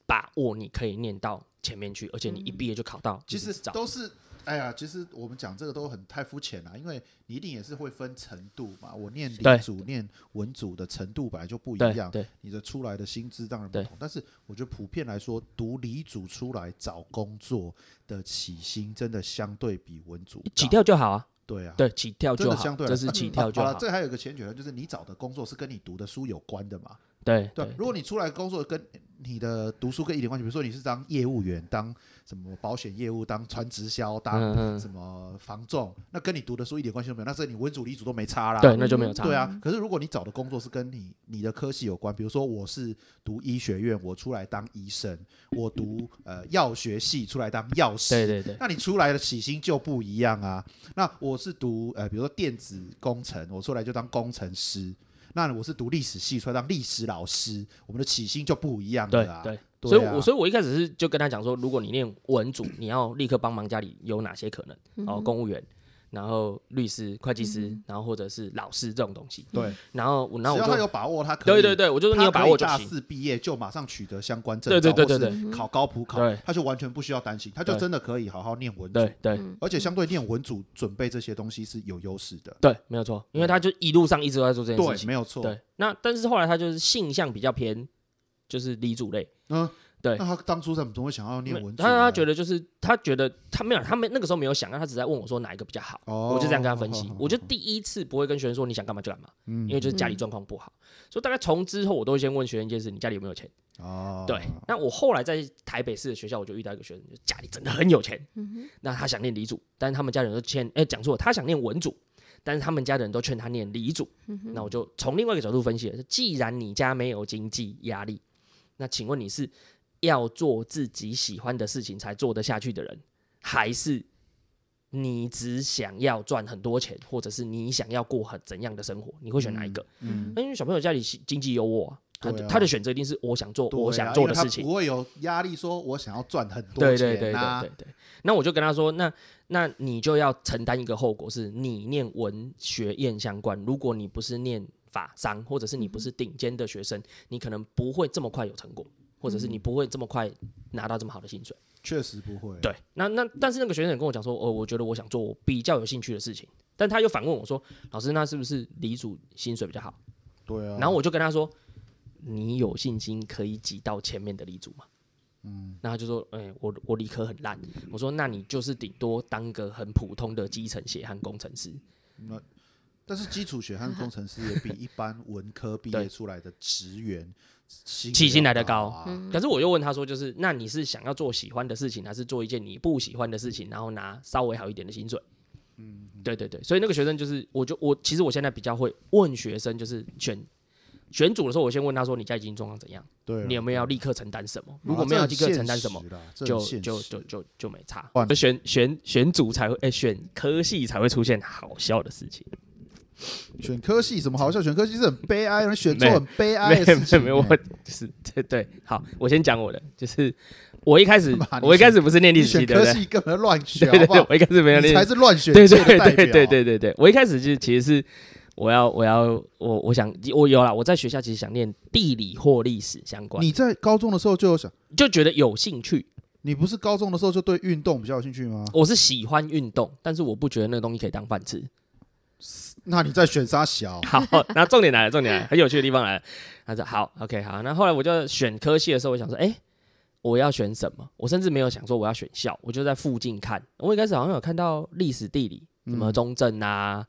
[SPEAKER 1] 把握你可以念到前面去，而且你
[SPEAKER 3] 嗯
[SPEAKER 1] 一毕业就考到
[SPEAKER 2] 其
[SPEAKER 1] 律师
[SPEAKER 2] 实
[SPEAKER 1] 执照？”
[SPEAKER 2] 都是，哎呀，其实我们讲这个都很太肤浅了，因为你一定也是会分程度嘛。我念
[SPEAKER 1] 对
[SPEAKER 2] 理组、念文组的程度本来就不一
[SPEAKER 1] 对
[SPEAKER 2] 样，
[SPEAKER 1] 对
[SPEAKER 2] 你的出来的薪资当然不
[SPEAKER 1] 对
[SPEAKER 2] 同。但是我觉得普遍来说，读理组出来找工作的起薪真的相对比文组高
[SPEAKER 1] 起跳就好啊，
[SPEAKER 2] 对啊，
[SPEAKER 1] 对，起跳
[SPEAKER 2] 真
[SPEAKER 1] 就
[SPEAKER 2] 的
[SPEAKER 1] 好，
[SPEAKER 2] 相对来嗯
[SPEAKER 1] 这是起跳就
[SPEAKER 2] 好
[SPEAKER 1] 好
[SPEAKER 2] 了，，这还有一个前提条件，就是你找的工作是跟你读的书有关的嘛。
[SPEAKER 1] 对
[SPEAKER 2] 对，如果你出来工作跟你的读书跟一点关系，比如说你是当业务员、当什么保险业务、当传直销、当
[SPEAKER 1] 嗯
[SPEAKER 2] 什么房仲，那跟你读的书一点关系都没有，那是你文主理主都没差啦。
[SPEAKER 1] 对，那就没有差。
[SPEAKER 2] 对啊，可是如果你找的工作是跟你你的科系有关，比如说我是读医学院，我出来当医生；我读呃药学系出来当药师，
[SPEAKER 1] 对对对，
[SPEAKER 2] 那你出来的起薪就不一样啊。那我是读呃，比如说电子工程，我出来就当工程师。那我是读历史系，出来当历史老师，我们的起薪就不一样
[SPEAKER 1] 对
[SPEAKER 2] 了啊。
[SPEAKER 1] 对。
[SPEAKER 2] 对
[SPEAKER 1] 所以
[SPEAKER 2] 啊
[SPEAKER 1] 我所以我一开始是
[SPEAKER 2] 嗯
[SPEAKER 1] 就跟他讲说，如果你念文组，你要立刻帮忙家里有哪些可能？哦，公务员，然后律师、会计师，
[SPEAKER 3] 嗯
[SPEAKER 1] 然后或者是老师这种东西。
[SPEAKER 2] 对，
[SPEAKER 1] 然后我，然后
[SPEAKER 2] 只
[SPEAKER 1] 我
[SPEAKER 2] 要他有
[SPEAKER 1] 就
[SPEAKER 2] 把握，他可以
[SPEAKER 1] 对对对，我就说你有把握就
[SPEAKER 2] 他可以大
[SPEAKER 1] 行。
[SPEAKER 2] 四毕业就马上取得相关证
[SPEAKER 1] 对
[SPEAKER 2] 照，
[SPEAKER 1] 对对
[SPEAKER 2] 或
[SPEAKER 1] 对
[SPEAKER 2] 是
[SPEAKER 3] 对
[SPEAKER 2] 考高普考
[SPEAKER 1] 对，
[SPEAKER 2] 他就完全不需要担心，他就
[SPEAKER 1] 对
[SPEAKER 2] 真的可以好好念文组
[SPEAKER 1] 对，对
[SPEAKER 3] 嗯
[SPEAKER 2] 而且相对念文组准备这些东西是有优势的。
[SPEAKER 1] 对，没有错，因为他就一路上一直都在做这件事
[SPEAKER 2] 对，
[SPEAKER 1] 情。
[SPEAKER 2] 没有错。
[SPEAKER 1] 对，那但是后来他就是性向比较偏，就是理组类。
[SPEAKER 2] 嗯，
[SPEAKER 1] 对
[SPEAKER 2] 那他当初怎么怎么会想要念文组
[SPEAKER 1] 他
[SPEAKER 2] 呢？
[SPEAKER 1] 他觉得就是他觉得他没有，他没那个时候没有想，他只在问我说哪一个比较好。
[SPEAKER 2] 哦，
[SPEAKER 1] 我就这样跟他分析
[SPEAKER 2] 好，
[SPEAKER 1] 我就第一次不会跟学生说你想干嘛就干嘛，
[SPEAKER 2] 嗯
[SPEAKER 1] 因为就是家里
[SPEAKER 3] 嗯
[SPEAKER 1] 状况不好，所以大概从之后我都会先问学生一件事：你家里有没有钱？
[SPEAKER 2] 哦，
[SPEAKER 1] 对，那我后来在台北市的学校，我就遇到一个学生，就家里真的很有钱，
[SPEAKER 3] 嗯
[SPEAKER 1] 那他想念理组，但是他们家人都劝，哎、讲错了，他想念文组，但是他们家人都劝他念理组。
[SPEAKER 3] 嗯哼，
[SPEAKER 1] 那我就从另外一个角度分析了，既然你家没有经济压力，那请问你是要做自己喜欢的事情才做得下去的人，还是你只想要赚很多钱，或者是你想要过很怎样的生活？你会选哪一个？
[SPEAKER 2] 嗯，
[SPEAKER 1] 那因为小朋友家里经经济优渥啊，他
[SPEAKER 2] 对啊
[SPEAKER 1] 他的选择一定是我想做
[SPEAKER 2] 对啊
[SPEAKER 1] 我想做的
[SPEAKER 2] 因为他
[SPEAKER 1] 事情。
[SPEAKER 2] 不会有压力，说我想要赚很多
[SPEAKER 1] 对
[SPEAKER 2] 钱
[SPEAKER 1] 对对对
[SPEAKER 2] 啊
[SPEAKER 1] 对对。那我就跟他说，那那你就要承担一个后果，是你念文学院相关，如果你不是念法商，或者是
[SPEAKER 2] 嗯
[SPEAKER 1] 你不是顶尖的学生，你可能不会这么快有成果，或者是
[SPEAKER 2] 嗯
[SPEAKER 1] 你不会这么快拿到这么好的薪水。
[SPEAKER 2] 确实不会。
[SPEAKER 1] 对，那那但是那个学生也跟我讲说，哦，我觉得我想做我比较有兴趣的事情，但他又反问我说，老师，那是不是理组薪水比较好？
[SPEAKER 2] 对啊，
[SPEAKER 1] 然后我就跟他说：“你有信心可以挤到前面的立足吗？”嗯，那他就说：“哎、我我理科很烂。”我说：“那你就是顶多当个很普通的基层血汗工程师。
[SPEAKER 2] 但是基础学和工程师也比一般文科毕业
[SPEAKER 1] 对
[SPEAKER 2] 出来的职员
[SPEAKER 1] [LAUGHS]
[SPEAKER 2] 薪
[SPEAKER 1] 起薪
[SPEAKER 2] 要
[SPEAKER 1] 来得高
[SPEAKER 2] 啊
[SPEAKER 1] 可是我又问他说：“就是那你是想要做喜欢的事情，还是做一件你不喜欢的事情，然后拿稍微好一点的薪水？”嗯，对对对，所以那个学生就是，我就我其实我现在比较会问学生，就是选选组的时候，我先问他说：“你家已经状况怎样？
[SPEAKER 2] 对啊，
[SPEAKER 1] 你有没有要立刻承担什么？如果没有立刻承担什么，就就就就就没差
[SPEAKER 2] 换。
[SPEAKER 1] 就选选选组才会，哎、选科系才会出现好笑的事情。
[SPEAKER 2] 选科系什么好笑？选科系是很悲哀，人选错
[SPEAKER 1] 没有
[SPEAKER 2] 很悲哀
[SPEAKER 1] [LAUGHS] 没
[SPEAKER 2] 的事
[SPEAKER 1] 有
[SPEAKER 2] 情。
[SPEAKER 1] 没有，我
[SPEAKER 2] 哎
[SPEAKER 1] 就是对对。好，我先讲我的，就是我一开始
[SPEAKER 2] 干嘛 [LAUGHS] 你
[SPEAKER 1] 我一开始不是念历
[SPEAKER 2] 你
[SPEAKER 1] 史系，
[SPEAKER 2] 选
[SPEAKER 1] 对不
[SPEAKER 2] 科
[SPEAKER 1] 对？
[SPEAKER 2] 系根本乱选，
[SPEAKER 1] 对
[SPEAKER 2] 好
[SPEAKER 1] 对
[SPEAKER 2] 不
[SPEAKER 1] 对
[SPEAKER 2] 好，？
[SPEAKER 1] 我一开始没有
[SPEAKER 2] 你
[SPEAKER 1] 念
[SPEAKER 2] 才是乱选
[SPEAKER 1] 对
[SPEAKER 2] 界
[SPEAKER 1] 对
[SPEAKER 2] 的代
[SPEAKER 1] 对对
[SPEAKER 2] 表。
[SPEAKER 1] 对对对对，我一开始就其实是我要我要我我想我有啦，我在学校其实想念地理或历史相关，
[SPEAKER 2] 你在高中的时候就有想，
[SPEAKER 1] 就觉得有兴趣，
[SPEAKER 2] 你不是高中的时候就对运动比较有兴趣吗？
[SPEAKER 1] 我是喜欢运动，但是我不觉得那个东西可以当饭吃。
[SPEAKER 2] 那你在选沙小，
[SPEAKER 1] [LAUGHS] 好，那重点来了，重点来了，很有趣的地方来了。他说好，OK，好。那后来我就选科系的时候，我想说，哎、我要选什么？我甚至没有想说我要选校，我就在附近看。我一开始好像有看到历史地理，什么
[SPEAKER 2] 嗯
[SPEAKER 1] 中正啊，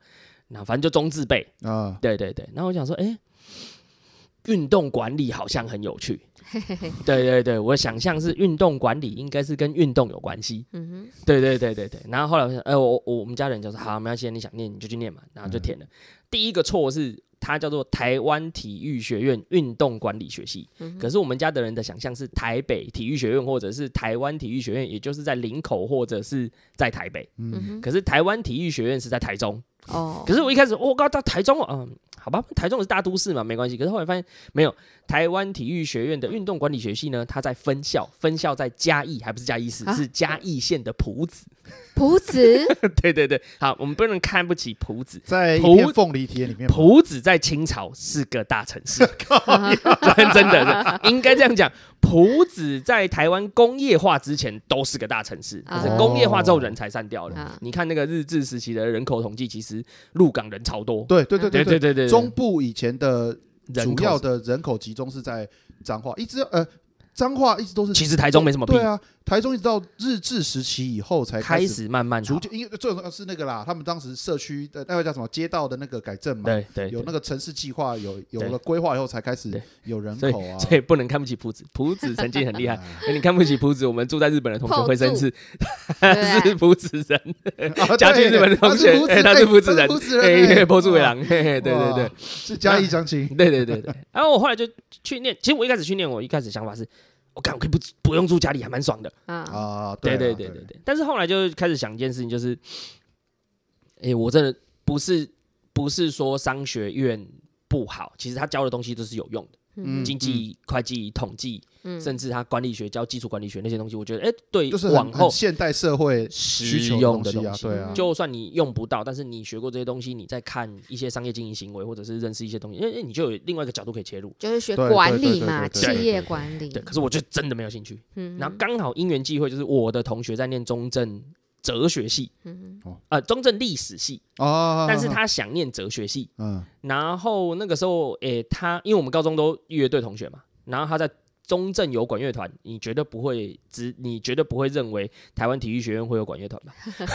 [SPEAKER 1] 那、反正就中字辈，
[SPEAKER 2] 啊，
[SPEAKER 1] 对对对。然后我想说，哎、运动管理好像很有趣，对对对，我想象是运动管理应该是跟运动有关系，
[SPEAKER 3] 嗯哼，
[SPEAKER 1] 对对对对对。然后后来我想，哎、我我我们家人就说好，没关系，你想念你就去念嘛，然后就填了。第一个错是它叫做台湾体育学院运动管理学系，
[SPEAKER 3] 嗯
[SPEAKER 1] 可是我们家的人的想象是台北体育学院或者是台湾体育学院，也就是在林口或者是在台北。
[SPEAKER 3] 嗯
[SPEAKER 2] 嗯，
[SPEAKER 3] 哼，
[SPEAKER 1] 可是台湾体育学院是在台中。
[SPEAKER 3] 哦，
[SPEAKER 1] 可是我一开始我刚到台中哦，嗯，好吧，台中是大都市嘛，没关系。可是后来发现没有，台湾体育学院的运动管理学系呢，它在分校，分校在嘉义，还不是嘉义市，
[SPEAKER 3] 啊
[SPEAKER 1] 是嘉义县的埔子。
[SPEAKER 3] 朴子，
[SPEAKER 1] [LAUGHS] 对对对，好，我们不能看不起埔子。
[SPEAKER 2] 在一片凤梨田里面，
[SPEAKER 1] 埔子在清朝是个大城
[SPEAKER 2] [LAUGHS]
[SPEAKER 1] 市， [LAUGHS] 真真的是应该这样讲。埔子在台湾工业化之前都是个大城市，但
[SPEAKER 3] 哦
[SPEAKER 1] 是工业化之后人才散掉了。
[SPEAKER 3] 啊
[SPEAKER 1] 你看那个日治时期的人口统计，其实入港人潮多。
[SPEAKER 2] 对对对
[SPEAKER 1] 对
[SPEAKER 2] 对
[SPEAKER 1] 对对，
[SPEAKER 2] 中部以前的
[SPEAKER 1] 人
[SPEAKER 2] 主
[SPEAKER 1] 口
[SPEAKER 2] 要的人口集中是在彰化，一直呃彰化一直都是
[SPEAKER 1] 其实台中没什么屁
[SPEAKER 2] 对，啊，台中一直到日治时期以后才
[SPEAKER 1] 开
[SPEAKER 2] 开
[SPEAKER 1] 始慢慢
[SPEAKER 2] 逐
[SPEAKER 1] 好
[SPEAKER 2] 渐，因为最主要是那个啦，他们当时社区的那个叫什么街道的那个改正嘛，
[SPEAKER 1] 对对
[SPEAKER 2] 有那
[SPEAKER 1] 对
[SPEAKER 2] 个城市计划，有有
[SPEAKER 1] 对
[SPEAKER 2] 了规划以后才开始
[SPEAKER 1] 对
[SPEAKER 2] 有人
[SPEAKER 1] 所以
[SPEAKER 2] 口啊。
[SPEAKER 1] 所以不能看不起埔子，埔子曾经很厉
[SPEAKER 2] [LAUGHS]
[SPEAKER 1] 害。
[SPEAKER 2] 啊
[SPEAKER 1] 哎你看不起埔子，我们住在日本的同学会生气，他 [LAUGHS]
[SPEAKER 3] 对
[SPEAKER 1] 是
[SPEAKER 3] 啊，
[SPEAKER 1] 埔子人。[LAUGHS]
[SPEAKER 2] 啊
[SPEAKER 1] 家具
[SPEAKER 2] 对
[SPEAKER 1] 日本的同学
[SPEAKER 2] 他是
[SPEAKER 1] 哎他是
[SPEAKER 2] 福
[SPEAKER 1] 福
[SPEAKER 2] 子
[SPEAKER 1] 子
[SPEAKER 2] 人，
[SPEAKER 1] 人
[SPEAKER 2] 福子
[SPEAKER 1] 哎、
[SPEAKER 2] 人，
[SPEAKER 1] 欸， [LAUGHS] 波助伟，
[SPEAKER 2] 伟
[SPEAKER 1] 郎，嘿嘿，对对对
[SPEAKER 2] 哇，是嘉义乡亲，
[SPEAKER 1] 对对对对。然后我后来就去念，其实我一开始去念，我一开始想法是，我干，我可以不不用住家里，还蛮爽的。
[SPEAKER 3] 啊，
[SPEAKER 2] 啊，
[SPEAKER 1] 嗯对
[SPEAKER 2] 对
[SPEAKER 1] 对
[SPEAKER 2] 啦
[SPEAKER 1] 对对，对。但是后来就开始想一件事情，就是，哎、我真的不是不是说商学院不好，其实他教的东西都是有用的。
[SPEAKER 2] 嗯
[SPEAKER 1] 经济、会计、统计，
[SPEAKER 3] 嗯
[SPEAKER 1] 甚至他管理学教基础管理学那些东西，我觉得哎，对，
[SPEAKER 2] 就是很
[SPEAKER 1] 往
[SPEAKER 2] 很
[SPEAKER 1] 后
[SPEAKER 2] 现代社会需
[SPEAKER 1] 实
[SPEAKER 2] 求的
[SPEAKER 1] 用的
[SPEAKER 2] 东西啊，
[SPEAKER 1] 西。
[SPEAKER 2] 对啊，
[SPEAKER 1] 就算你用不到，但是你学过这些东西，你再看一些商业经营行为，或者是认识一些东西，因为因为你就有另外一个角度可以切入。
[SPEAKER 3] 就是学
[SPEAKER 2] 对
[SPEAKER 3] 管
[SPEAKER 2] 对对
[SPEAKER 3] 理
[SPEAKER 2] 对
[SPEAKER 3] 嘛，
[SPEAKER 2] 对对
[SPEAKER 3] 企业管
[SPEAKER 2] 嗯
[SPEAKER 3] 理
[SPEAKER 1] 对，，可是我就真的没有兴趣。
[SPEAKER 3] 嗯
[SPEAKER 1] 然后刚好因缘际会，就是我的同学在念中正哲学系，
[SPEAKER 3] 嗯
[SPEAKER 1] 呃，中正历史系，
[SPEAKER 2] 啊，
[SPEAKER 1] 但是他想念哲学系。
[SPEAKER 2] 嗯
[SPEAKER 1] 然后那个时候，诶，他因为我们高中都乐队同学嘛，然后他在中正有管乐团，你绝对不会只，你绝对不会认为台湾体育学院会有管乐团吧？ [LAUGHS]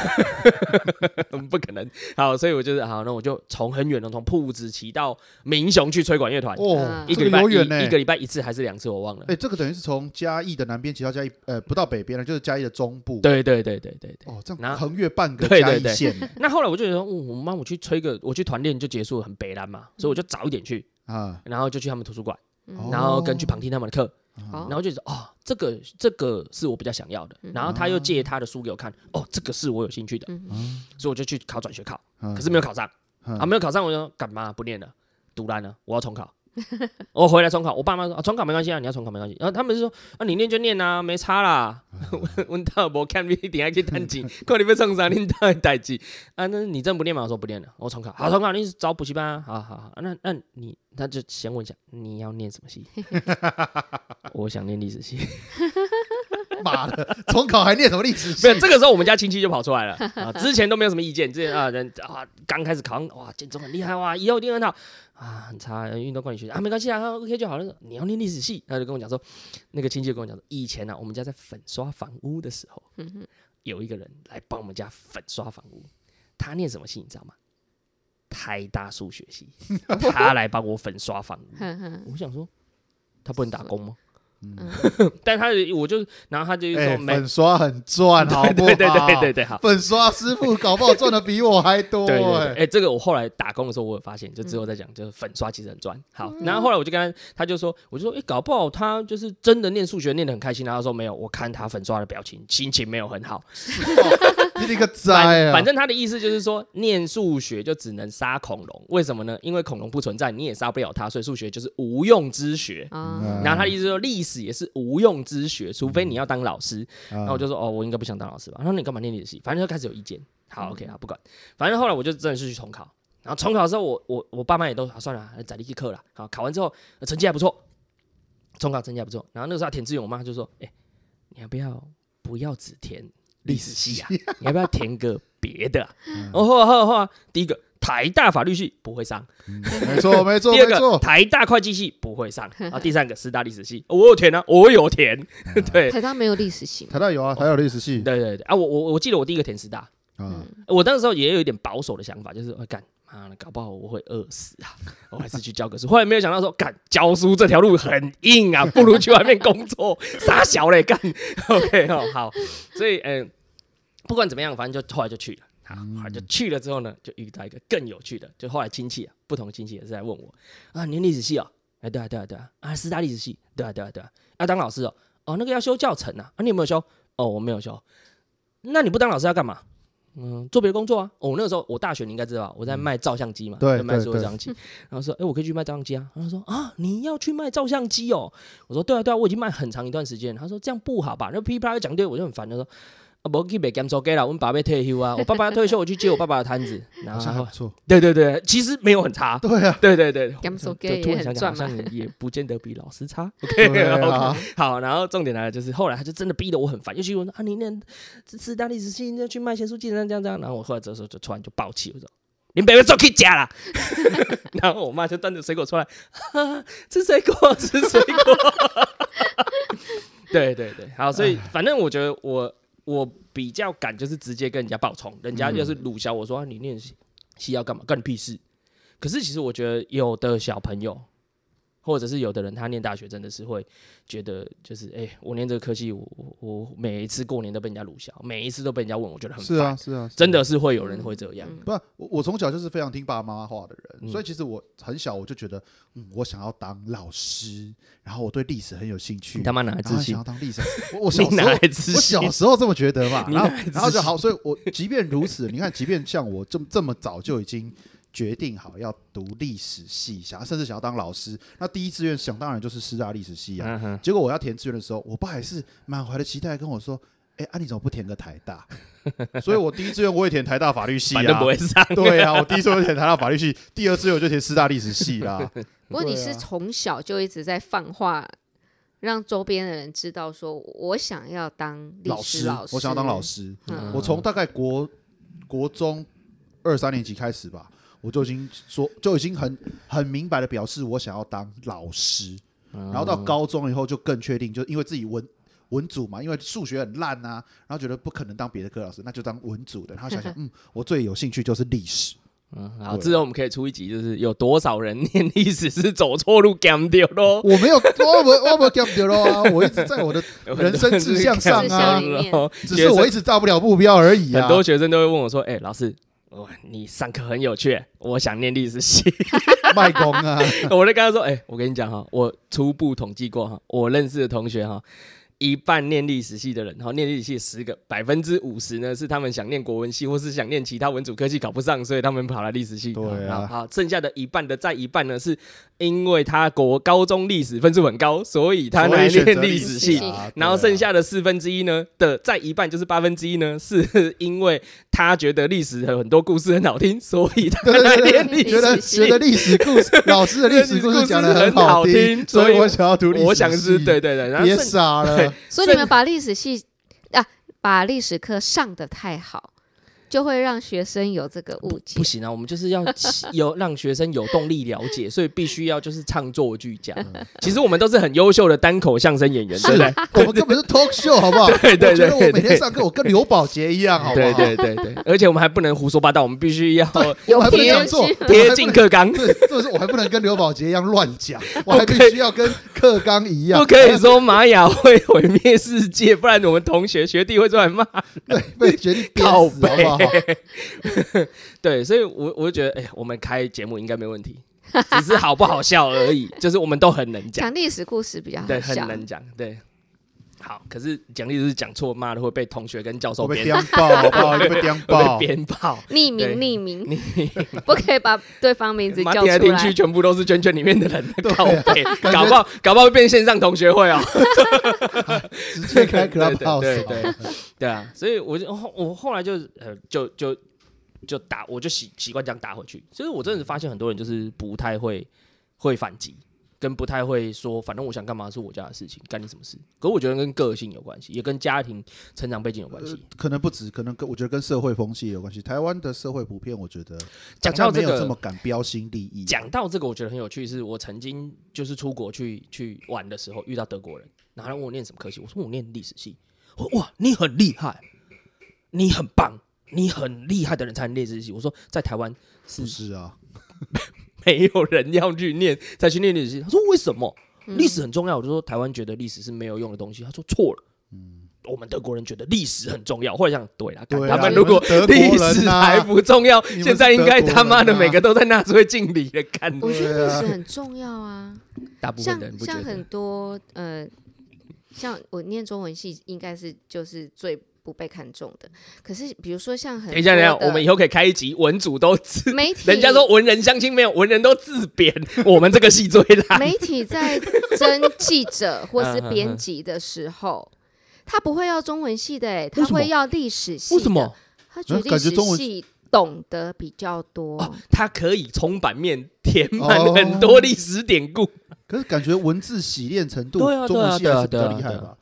[SPEAKER 1] 不可能。好，所以我就是好，那我就从很远的从埔子骑到民雄去吹管乐团，
[SPEAKER 2] 哦，
[SPEAKER 1] 一
[SPEAKER 2] 这
[SPEAKER 1] 个礼
[SPEAKER 2] 个
[SPEAKER 1] 拜
[SPEAKER 2] 有
[SPEAKER 1] 一
[SPEAKER 2] 远呢，
[SPEAKER 1] 一个礼拜一次还是两次，我忘了。
[SPEAKER 2] 哎，这个等于是从嘉义的南边骑到嘉义，呃，不到北边了，就是嘉义的中部。，
[SPEAKER 1] 对对对对对对。
[SPEAKER 2] 哦，这
[SPEAKER 1] 然
[SPEAKER 2] 样
[SPEAKER 1] 后
[SPEAKER 2] 横越半个
[SPEAKER 1] 对
[SPEAKER 2] 嘉
[SPEAKER 1] 对
[SPEAKER 2] 义
[SPEAKER 1] 对
[SPEAKER 2] 县呢
[SPEAKER 1] 那后来我就觉得，哦，我妈我去吹个，我去团练就结束了，很北蓝嘛，所以我就早一点去，
[SPEAKER 2] 啊，
[SPEAKER 1] 然后就去他们图书馆，
[SPEAKER 2] 哦
[SPEAKER 1] 然后跟去旁听他们的课，
[SPEAKER 2] 嗯
[SPEAKER 3] 哦
[SPEAKER 1] 然后就觉得哦，这个这个是我比较想要的，然后他又借他的书给我看，哦，这个是我有兴趣的，
[SPEAKER 3] 嗯
[SPEAKER 2] 嗯
[SPEAKER 1] 所以我就去考转学考，
[SPEAKER 2] 可
[SPEAKER 1] 可是没有考上，
[SPEAKER 2] 嗯
[SPEAKER 1] 啊，没有考上，我就说干嘛不念了，读烂了，我要重考。 [LAUGHS] 我回来重考，我爸妈说、啊、重考没关系啊，你要重考没关系。然后他们就说啊，你念就念啊，没差啦。 [LAUGHS] 我问到无看你一定要去探亲，看你要创啥领导的代志啊？那你真不念吗？我说不念了，我重考。好，重考，你找补习班啊。好好好，那那你他就先问一下你要念什么系？我想念历史系。
[SPEAKER 2] 妈的， [LAUGHS] 重考还念什么历史系
[SPEAKER 1] 没？有，这个时候我们家亲戚就跑出来了啊！之前都没有什么意见，之前啊人啊刚开始考上哇，建中很厉害哇，以后一定很好啊，很差，运动管理学啊，没关系啊啊，OK 就好了。你要念历史系，他就跟我讲说，那个亲戚就跟我讲说，以前啊，我们家在粉刷房屋的时候，有一个人来帮我们家粉刷房屋，他念什么系你知道吗？台大数学系，他来帮我粉刷房屋。
[SPEAKER 3] 哼哼
[SPEAKER 1] 我想说，他不能打工吗？
[SPEAKER 3] 嗯，
[SPEAKER 1] [LAUGHS] 但他我就，然后他就
[SPEAKER 2] 哎
[SPEAKER 1] 说，没，
[SPEAKER 2] 粉刷很
[SPEAKER 1] [LAUGHS]
[SPEAKER 2] 赚，好不好？
[SPEAKER 1] 对对对对对对，好。
[SPEAKER 2] 粉刷师傅搞不好赚的比我还多
[SPEAKER 1] 对对对，嗯哎、
[SPEAKER 2] 哎。
[SPEAKER 1] 这个我后来打工的时候，我有发现，就之后再讲，就是粉刷其实很赚。好，然后后来我就跟他，他就说，我就说，哎、搞不好他就是真的念数学念得很开心啊。他说没有，我看他粉刷的表情，心情没有很好。
[SPEAKER 2] 你这个灾
[SPEAKER 1] 反
[SPEAKER 2] 啊！
[SPEAKER 1] 哎反正他的意思就是说，念数学就只能杀恐龙，为什么呢？因为恐龙不存在，你也杀不了它，所以数学就是无用之学。
[SPEAKER 3] 啊，
[SPEAKER 1] 然后他的意思说，历史也是无用之学，除非你要当老师。
[SPEAKER 2] 然
[SPEAKER 1] 然后我就说，哦，我应该不想当老师吧？他说你干嘛念历史系？反正就开始有意见。好，OK 啊，不管。反正后来我就真的是去重考。然后重考的时候我，我我爸妈也都、啊、算了，载力去课了。好，考完之后、呃成绩还不错，重考成绩还不错。然后那个时候填志愿，我妈就说：“哎、你要不要不要只填历史系啊？你要不要填个别的、啊？”然后后来后来后来第一个台大法律系不会上，[LAUGHS]
[SPEAKER 2] 没错没错
[SPEAKER 1] 第二
[SPEAKER 2] 没
[SPEAKER 1] 个
[SPEAKER 2] 错，
[SPEAKER 1] 台大会计系不会上，然后第三个师大历史系，我有填啊，我有填， [LAUGHS]
[SPEAKER 2] 嗯
[SPEAKER 1] 对。
[SPEAKER 3] 台大没有历史系嘛，
[SPEAKER 2] 台大有啊，台大有历史系
[SPEAKER 1] 对对对啊！我我我记得我第一个填师大，
[SPEAKER 2] 啊，
[SPEAKER 1] 我那个时候也有一点保守的想法，就是呃干妈的，搞不好我会饿死啊，我还是去教个书。后来没有想到说，干教书这条路很硬啊，不如去外面工作， [LAUGHS] 傻小嘞干。OK 哦，好，所以嗯、呃不管怎么样，反正就后来就去了。好，后来就去了之后呢，就遇到一个更有趣的，就后来亲戚啊，不同亲戚也是在问我啊，你念历史系哦？哎，对啊，对啊，对啊，啊，师大历史系，对啊，对啊，对啊，要当老师哦，哦，那个要修教程啊，啊，你有没有修？哦，我没有修。那你不当老师要干嘛？嗯，做别的工作啊。哦，我那个时候我大学你应该知道吧，我在卖照相机嘛，
[SPEAKER 2] 对
[SPEAKER 1] 在卖
[SPEAKER 2] 对
[SPEAKER 1] 所有
[SPEAKER 2] 对
[SPEAKER 1] 照相机。然后说，哎、我可以去卖照相机啊。然后说啊，你要去卖照相机哦？我说对啊对啊，我已经卖很长一段时间了。他说这样不好吧？那噼啪讲对，我就很烦。他说啊，不去卖减租给啦，我们爸爸退休啊，我爸爸退休，我去接我爸爸的摊
[SPEAKER 2] [LAUGHS]
[SPEAKER 1] 子。然
[SPEAKER 2] 好像还
[SPEAKER 1] 后
[SPEAKER 2] 不错。
[SPEAKER 1] 对对对，其实没有很差。
[SPEAKER 2] 对啊，
[SPEAKER 1] 对对对，
[SPEAKER 3] 减租
[SPEAKER 1] 就
[SPEAKER 3] 给
[SPEAKER 1] 突
[SPEAKER 3] 也
[SPEAKER 1] 然
[SPEAKER 3] 很
[SPEAKER 1] 想
[SPEAKER 3] 赚
[SPEAKER 1] 想，好
[SPEAKER 3] 嘛
[SPEAKER 1] 像也不见得比老师差。
[SPEAKER 2] 对
[SPEAKER 1] [LAUGHS]
[SPEAKER 2] 啊
[SPEAKER 1] OK，好，然后重点来了，就是后来他就真的逼得我很烦，尤其我说啊，你那这次大历史系要去卖咸酥鸡，这样这样这样，然后我后来这时候就突然就暴气，我说。你别做去家啦！ [LAUGHS] 然后我妈就端着水果出来， [LAUGHS] 啊、吃水果， [LAUGHS] 吃水果。对对对，好，所以反正我觉得我我比较敢，就是直接跟人家爆冲，人家要是鲁小我说、啊、你念戏戏要干嘛，干你屁事。可是其实我觉得有的小朋友，或者是有的人，他念大学真的是会觉得，就是哎、我念这个科系，我我我每一次过年都被人家鲁小，每一次都被人家问，我觉得很
[SPEAKER 2] 是啊，是啊，
[SPEAKER 1] 真的是会有人会这样。
[SPEAKER 3] 嗯
[SPEAKER 2] 不，我我从小就是非常听爸爸妈妈话的人，
[SPEAKER 1] 嗯
[SPEAKER 2] 所以其实我很小我就觉得，嗯，我想要当老师，然后我对历史很有兴趣，
[SPEAKER 1] 你他妈哪来
[SPEAKER 2] 然后
[SPEAKER 1] 自
[SPEAKER 2] 想
[SPEAKER 1] 信
[SPEAKER 2] 要？当历史，我我小
[SPEAKER 1] 你
[SPEAKER 2] 时
[SPEAKER 1] 哪
[SPEAKER 2] 候
[SPEAKER 1] 来自
[SPEAKER 2] 我
[SPEAKER 1] 信？
[SPEAKER 2] 小时候这么觉得嘛，
[SPEAKER 1] 你
[SPEAKER 2] 然后
[SPEAKER 1] 哪来自
[SPEAKER 2] 然后就
[SPEAKER 1] 信
[SPEAKER 2] 好，所以我即便如此，你看，即便像我这么这么早就已经决定好要读历史系，想要甚至想要当老师，那第一志愿想当然就是师大历史系啊。
[SPEAKER 1] 嗯哼，
[SPEAKER 2] 结果我要填志愿的时候，我爸还是满怀的期待跟我说：“哎、啊，你怎么不填个台大？”所以，我第一志愿我也填台大法律系
[SPEAKER 1] 反正
[SPEAKER 2] 啊
[SPEAKER 1] 不。会上。
[SPEAKER 2] 对啊，我第一志愿就填台大法律系，第二志愿我就填师大历史系啦。
[SPEAKER 3] 不过你
[SPEAKER 2] 对啊
[SPEAKER 3] 是从小就一直在放话，让周边的人知道说，我想要当历
[SPEAKER 2] 老
[SPEAKER 3] 史
[SPEAKER 2] 师，
[SPEAKER 3] 老师，
[SPEAKER 2] 我想要当老。师。
[SPEAKER 3] 嗯
[SPEAKER 2] 我从大概国国中二三年级开始吧，我就已经说，就已经很很明白的表示我想要当老师。然后到高中以后就更确定，就因为自己文文组嘛，因为数学很烂啊，然后觉得不可能当别的科老师，那就当文组的。然后
[SPEAKER 1] [LAUGHS]
[SPEAKER 2] 想想，嗯，我最有兴趣就是历史。
[SPEAKER 1] 嗯，好，
[SPEAKER 2] 对
[SPEAKER 1] 之后我们可以出一集，就是有多少人念历史是走错路 [LAUGHS] gam 掉咯，
[SPEAKER 2] 我没有，我没，我没 get 到咯啊！我一直在我的，人生志向上
[SPEAKER 3] 啊
[SPEAKER 2] 只是我一直到不了目标而已
[SPEAKER 1] 很
[SPEAKER 2] 啊。
[SPEAKER 1] 多学生都会问我说：“哎、老师，我你上课很有趣，我想念历史系。
[SPEAKER 2] 卖功啊，”
[SPEAKER 1] [LAUGHS] 我就跟他说：“哎、我跟你讲哈，我初步统计过哈，我认识的同学哈，一半念历史系的人，哈，念历史系十个，百分之五十呢是他们想念国文系，或是想念其他文组科系考不上，所以他们跑来历史系。
[SPEAKER 2] 对啊
[SPEAKER 1] 好，好剩下的一半的再一半呢，是因为他国高中历史分数很高，所以他
[SPEAKER 2] 所以
[SPEAKER 1] 来
[SPEAKER 2] 选
[SPEAKER 1] 念
[SPEAKER 2] 择
[SPEAKER 1] 历
[SPEAKER 2] 历
[SPEAKER 1] 史
[SPEAKER 3] 史
[SPEAKER 1] 系
[SPEAKER 3] 系。
[SPEAKER 2] 啊
[SPEAKER 1] 然后剩下的四分之一呢的再一半就是八分之一呢，是 [LAUGHS] 因为他觉得历史有很多故事很好听，所以 [LAUGHS]
[SPEAKER 2] [LAUGHS]
[SPEAKER 1] 他
[SPEAKER 2] 对
[SPEAKER 1] 来
[SPEAKER 2] 对对
[SPEAKER 1] 念
[SPEAKER 2] 对，
[SPEAKER 1] 历
[SPEAKER 2] 觉得
[SPEAKER 1] 史
[SPEAKER 2] 觉
[SPEAKER 1] 系。
[SPEAKER 2] 得历史故事，老师的历史故事讲的很 [LAUGHS] 好
[SPEAKER 1] 历史故事很好听
[SPEAKER 2] 所
[SPEAKER 1] 所以
[SPEAKER 2] 以我想要读历史系。
[SPEAKER 1] 我想是对对对，然后
[SPEAKER 2] 别
[SPEAKER 1] 剩
[SPEAKER 2] 傻了
[SPEAKER 1] 对，
[SPEAKER 3] 所以你们把历史系啊，把历史课上的太好，就会让学生有这个误解
[SPEAKER 1] 不。行啊，我们就是
[SPEAKER 3] [LAUGHS]
[SPEAKER 1] 要有让学生有动力了解，所以必须要就是唱作俱佳。
[SPEAKER 3] 嗯
[SPEAKER 1] 其实我们都是很优秀的单口相声演员，对
[SPEAKER 2] [LAUGHS] 是
[SPEAKER 1] 不对？
[SPEAKER 2] 我们根本是 talk show 好不好？
[SPEAKER 1] [LAUGHS] 对对
[SPEAKER 2] 我觉
[SPEAKER 1] 对
[SPEAKER 2] 得我
[SPEAKER 1] 对
[SPEAKER 2] 每天上课，我跟刘宝杰一样，好不
[SPEAKER 1] 对
[SPEAKER 2] 好？
[SPEAKER 1] 对对对，而且我们还不能胡说八道，我们必须要
[SPEAKER 2] 我还不能
[SPEAKER 3] 有
[SPEAKER 2] 讲错
[SPEAKER 3] 贴，
[SPEAKER 2] [LAUGHS] 我还不能
[SPEAKER 1] [LAUGHS] 贴近。课纲，
[SPEAKER 2] 对，这是我还不能跟刘宝杰一样乱讲，
[SPEAKER 1] [LAUGHS]
[SPEAKER 2] 我还必须要跟克刚一样
[SPEAKER 1] 不，可以说玛雅会毁灭世界，不然我们同学学弟会出来骂。
[SPEAKER 2] [LAUGHS] 对，被决定憋
[SPEAKER 1] 靠
[SPEAKER 2] 死，好不好？
[SPEAKER 1] 对，所以我我就觉得，哎、呀，我们开节目应该没问
[SPEAKER 3] [LAUGHS]
[SPEAKER 1] 题，只是好不好笑而已，就是我们都很能讲，
[SPEAKER 3] 讲历史故事比较好
[SPEAKER 1] 对，很
[SPEAKER 3] 笑，
[SPEAKER 1] 能讲，对。好，可是讲例就是讲错，妈的会被同学跟教授
[SPEAKER 2] 我被
[SPEAKER 1] 编，
[SPEAKER 2] 颠爆，好不好？你被颠
[SPEAKER 1] 会
[SPEAKER 2] 爆
[SPEAKER 1] 被，编爆。
[SPEAKER 3] 匿
[SPEAKER 1] 对
[SPEAKER 3] 名匿
[SPEAKER 2] [LAUGHS]
[SPEAKER 3] 名，不可以把对方名字
[SPEAKER 1] 妈
[SPEAKER 3] 叫
[SPEAKER 1] 听来
[SPEAKER 3] 出
[SPEAKER 1] 听去，
[SPEAKER 3] 来。
[SPEAKER 1] 全部都是圈圈里面的人的
[SPEAKER 2] 对啊
[SPEAKER 1] 靠背，
[SPEAKER 2] 觉
[SPEAKER 1] 搞不好搞不好会变线上同学会哦。
[SPEAKER 2] 直接开
[SPEAKER 1] 对对
[SPEAKER 2] clubhouse，好
[SPEAKER 1] 对对
[SPEAKER 2] 不好
[SPEAKER 1] 对啊，所以我就我后我后来就呃就就就打，我就习习惯这样打回去。所以我真的是发现很多人就是不太会会反击，跟不太会说，反正我想干嘛是我家的事情，干你什么事？可我觉得跟个性有关系，也跟家庭成长背景有关系。
[SPEAKER 2] 可能不止，可能跟我觉得跟社会风气也有关系。台湾的社会普遍，我觉得大
[SPEAKER 1] 讲
[SPEAKER 2] 家
[SPEAKER 1] 到
[SPEAKER 2] 没
[SPEAKER 1] 这
[SPEAKER 2] 有这么
[SPEAKER 1] 个，
[SPEAKER 2] 敢标新立异。
[SPEAKER 1] 讲到这个，我觉得很有趣，是我曾经就是出国去去玩的时候遇到德国人，然后他问我念什么科系，我说我念历史系。我说哇，你很厉害，你很棒，你很厉害的人才能念历史系。我说在台湾是
[SPEAKER 2] 不是啊，
[SPEAKER 1] 没有人要去念，再去念历史系。他说为什么？历史很重要。我就说台湾觉得历史是没有用的东西。他说错了，我们德国人觉得历史很重要。或者想对啦，
[SPEAKER 2] 嗯对啊
[SPEAKER 1] 他们如果
[SPEAKER 2] 你们是德国
[SPEAKER 1] 历
[SPEAKER 2] 人啊
[SPEAKER 1] 史还不重要，
[SPEAKER 2] 你们是
[SPEAKER 1] 现在应该他妈的
[SPEAKER 2] 德国人啊
[SPEAKER 1] 每个都在纳粹 [LAUGHS] 敬礼了。看，
[SPEAKER 3] 我觉得
[SPEAKER 2] 对
[SPEAKER 3] 历
[SPEAKER 2] 啊
[SPEAKER 3] 史很重要啊。
[SPEAKER 1] 大部分
[SPEAKER 3] 像
[SPEAKER 1] 的人不觉
[SPEAKER 3] 像
[SPEAKER 1] 得
[SPEAKER 3] 很。多呃，像我念中文系，应该是就是最不被看重的。可是比如说像很
[SPEAKER 1] 等一下，等一下，
[SPEAKER 3] 多的
[SPEAKER 1] 我们以后可以开一集文组都
[SPEAKER 3] [LAUGHS]
[SPEAKER 1] 自，
[SPEAKER 3] 媒体，
[SPEAKER 1] [LAUGHS] 人家说文人相亲没有，文人都自贬，我们这个系最烂。
[SPEAKER 3] 媒体在征记
[SPEAKER 1] [LAUGHS]
[SPEAKER 3] 者或是
[SPEAKER 1] 嗯嗯嗯
[SPEAKER 3] 编辑的时候。他不会要中文系的、欸，
[SPEAKER 1] 为
[SPEAKER 3] 他
[SPEAKER 1] 什么
[SPEAKER 3] 会要历史系。
[SPEAKER 1] 为什么？？
[SPEAKER 3] 他觉得
[SPEAKER 2] 嗯感
[SPEAKER 3] 历史
[SPEAKER 2] 觉中文
[SPEAKER 3] 系懂得比较多。
[SPEAKER 1] 哦，它可以冲版面，填满
[SPEAKER 2] 哦
[SPEAKER 1] 很多历史典故。
[SPEAKER 2] 可是感觉文字洗练程度，
[SPEAKER 1] 对啊
[SPEAKER 2] 中文系还是比
[SPEAKER 1] 对啊对啊
[SPEAKER 2] 较厉害
[SPEAKER 1] 对
[SPEAKER 2] 吧？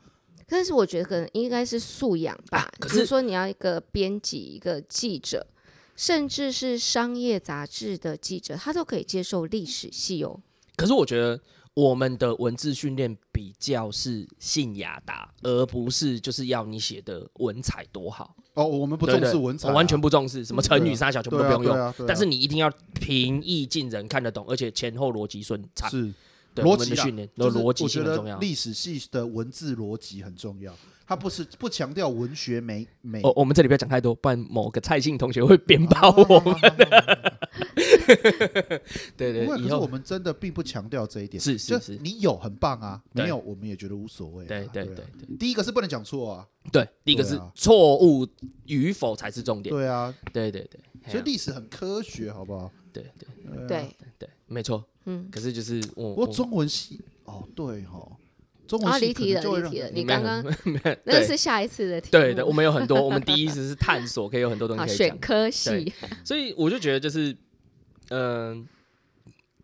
[SPEAKER 3] 但是我觉得可能应该是素养吧，
[SPEAKER 1] 啊可
[SPEAKER 3] 比如
[SPEAKER 1] 是
[SPEAKER 3] 说你要一个编辑、一个记者，甚至是商业杂志的记者，他都可以接受历史系哦。
[SPEAKER 1] 可是我觉得我们的文字训练比较是信雅达，而不是就是要你写的文采多好，
[SPEAKER 2] 哦，我们不
[SPEAKER 1] 对
[SPEAKER 2] 重视文采啊，
[SPEAKER 1] 我完全不重视什么成语、
[SPEAKER 2] 对啊
[SPEAKER 1] 三小全部都
[SPEAKER 2] 对啊
[SPEAKER 1] 不用用。
[SPEAKER 2] 对啊对啊
[SPEAKER 1] 但是你一定要平易近人，看得懂，而且前后逻辑顺畅。
[SPEAKER 2] 是
[SPEAKER 1] 对
[SPEAKER 2] 逻
[SPEAKER 1] 我们
[SPEAKER 2] 辑
[SPEAKER 1] 的
[SPEAKER 2] 啦
[SPEAKER 1] 训练，
[SPEAKER 2] 就
[SPEAKER 1] 然
[SPEAKER 2] 是
[SPEAKER 1] 后逻辑
[SPEAKER 2] 我觉
[SPEAKER 1] 性很
[SPEAKER 2] 得
[SPEAKER 1] 重要。
[SPEAKER 2] 历史系的文字逻辑很重要，它不是不强调文学美美。
[SPEAKER 1] 哦，我们这里不要讲太多，不然某个蔡姓同学会
[SPEAKER 2] 哦
[SPEAKER 1] 鞭炮我
[SPEAKER 2] [LAUGHS]
[SPEAKER 1] 们。对对
[SPEAKER 2] 不会，，可
[SPEAKER 1] 以
[SPEAKER 2] 是我
[SPEAKER 1] 后
[SPEAKER 2] 们真的并不强调这一点。
[SPEAKER 1] 是是
[SPEAKER 2] 就是你有很棒啊，
[SPEAKER 1] 对
[SPEAKER 2] 没有我们也觉得无所谓啊。
[SPEAKER 1] 对对对
[SPEAKER 2] 啊
[SPEAKER 1] 对
[SPEAKER 2] 第一个是不能讲错啊，
[SPEAKER 1] 对，第一个是
[SPEAKER 2] 对啊
[SPEAKER 1] 错误与否才是重点。
[SPEAKER 2] 对啊，
[SPEAKER 1] 对对对，
[SPEAKER 2] 所以历史很科学，好不好？
[SPEAKER 1] 对对
[SPEAKER 2] 啊，
[SPEAKER 3] 对，
[SPEAKER 1] 对，没错。
[SPEAKER 3] 嗯，
[SPEAKER 1] 可是就是我
[SPEAKER 2] 不过
[SPEAKER 1] 我
[SPEAKER 2] 中文系哦，对哈，中
[SPEAKER 3] 啊
[SPEAKER 2] 文系
[SPEAKER 3] 离
[SPEAKER 2] 可
[SPEAKER 3] 题
[SPEAKER 2] 能
[SPEAKER 3] 了
[SPEAKER 2] 就会
[SPEAKER 3] 离
[SPEAKER 2] 让
[SPEAKER 3] 题了
[SPEAKER 2] 人
[SPEAKER 3] 你
[SPEAKER 1] 没有
[SPEAKER 3] 刚刚
[SPEAKER 1] 没有
[SPEAKER 3] 那个
[SPEAKER 1] 对
[SPEAKER 3] 是下一次的题目，
[SPEAKER 1] 对的，我们有很多，我们第一只是探索，可以有很多东西
[SPEAKER 3] 好
[SPEAKER 1] 可以
[SPEAKER 3] 选
[SPEAKER 1] 讲。
[SPEAKER 3] 科系，
[SPEAKER 1] 所以我就觉得就是，嗯、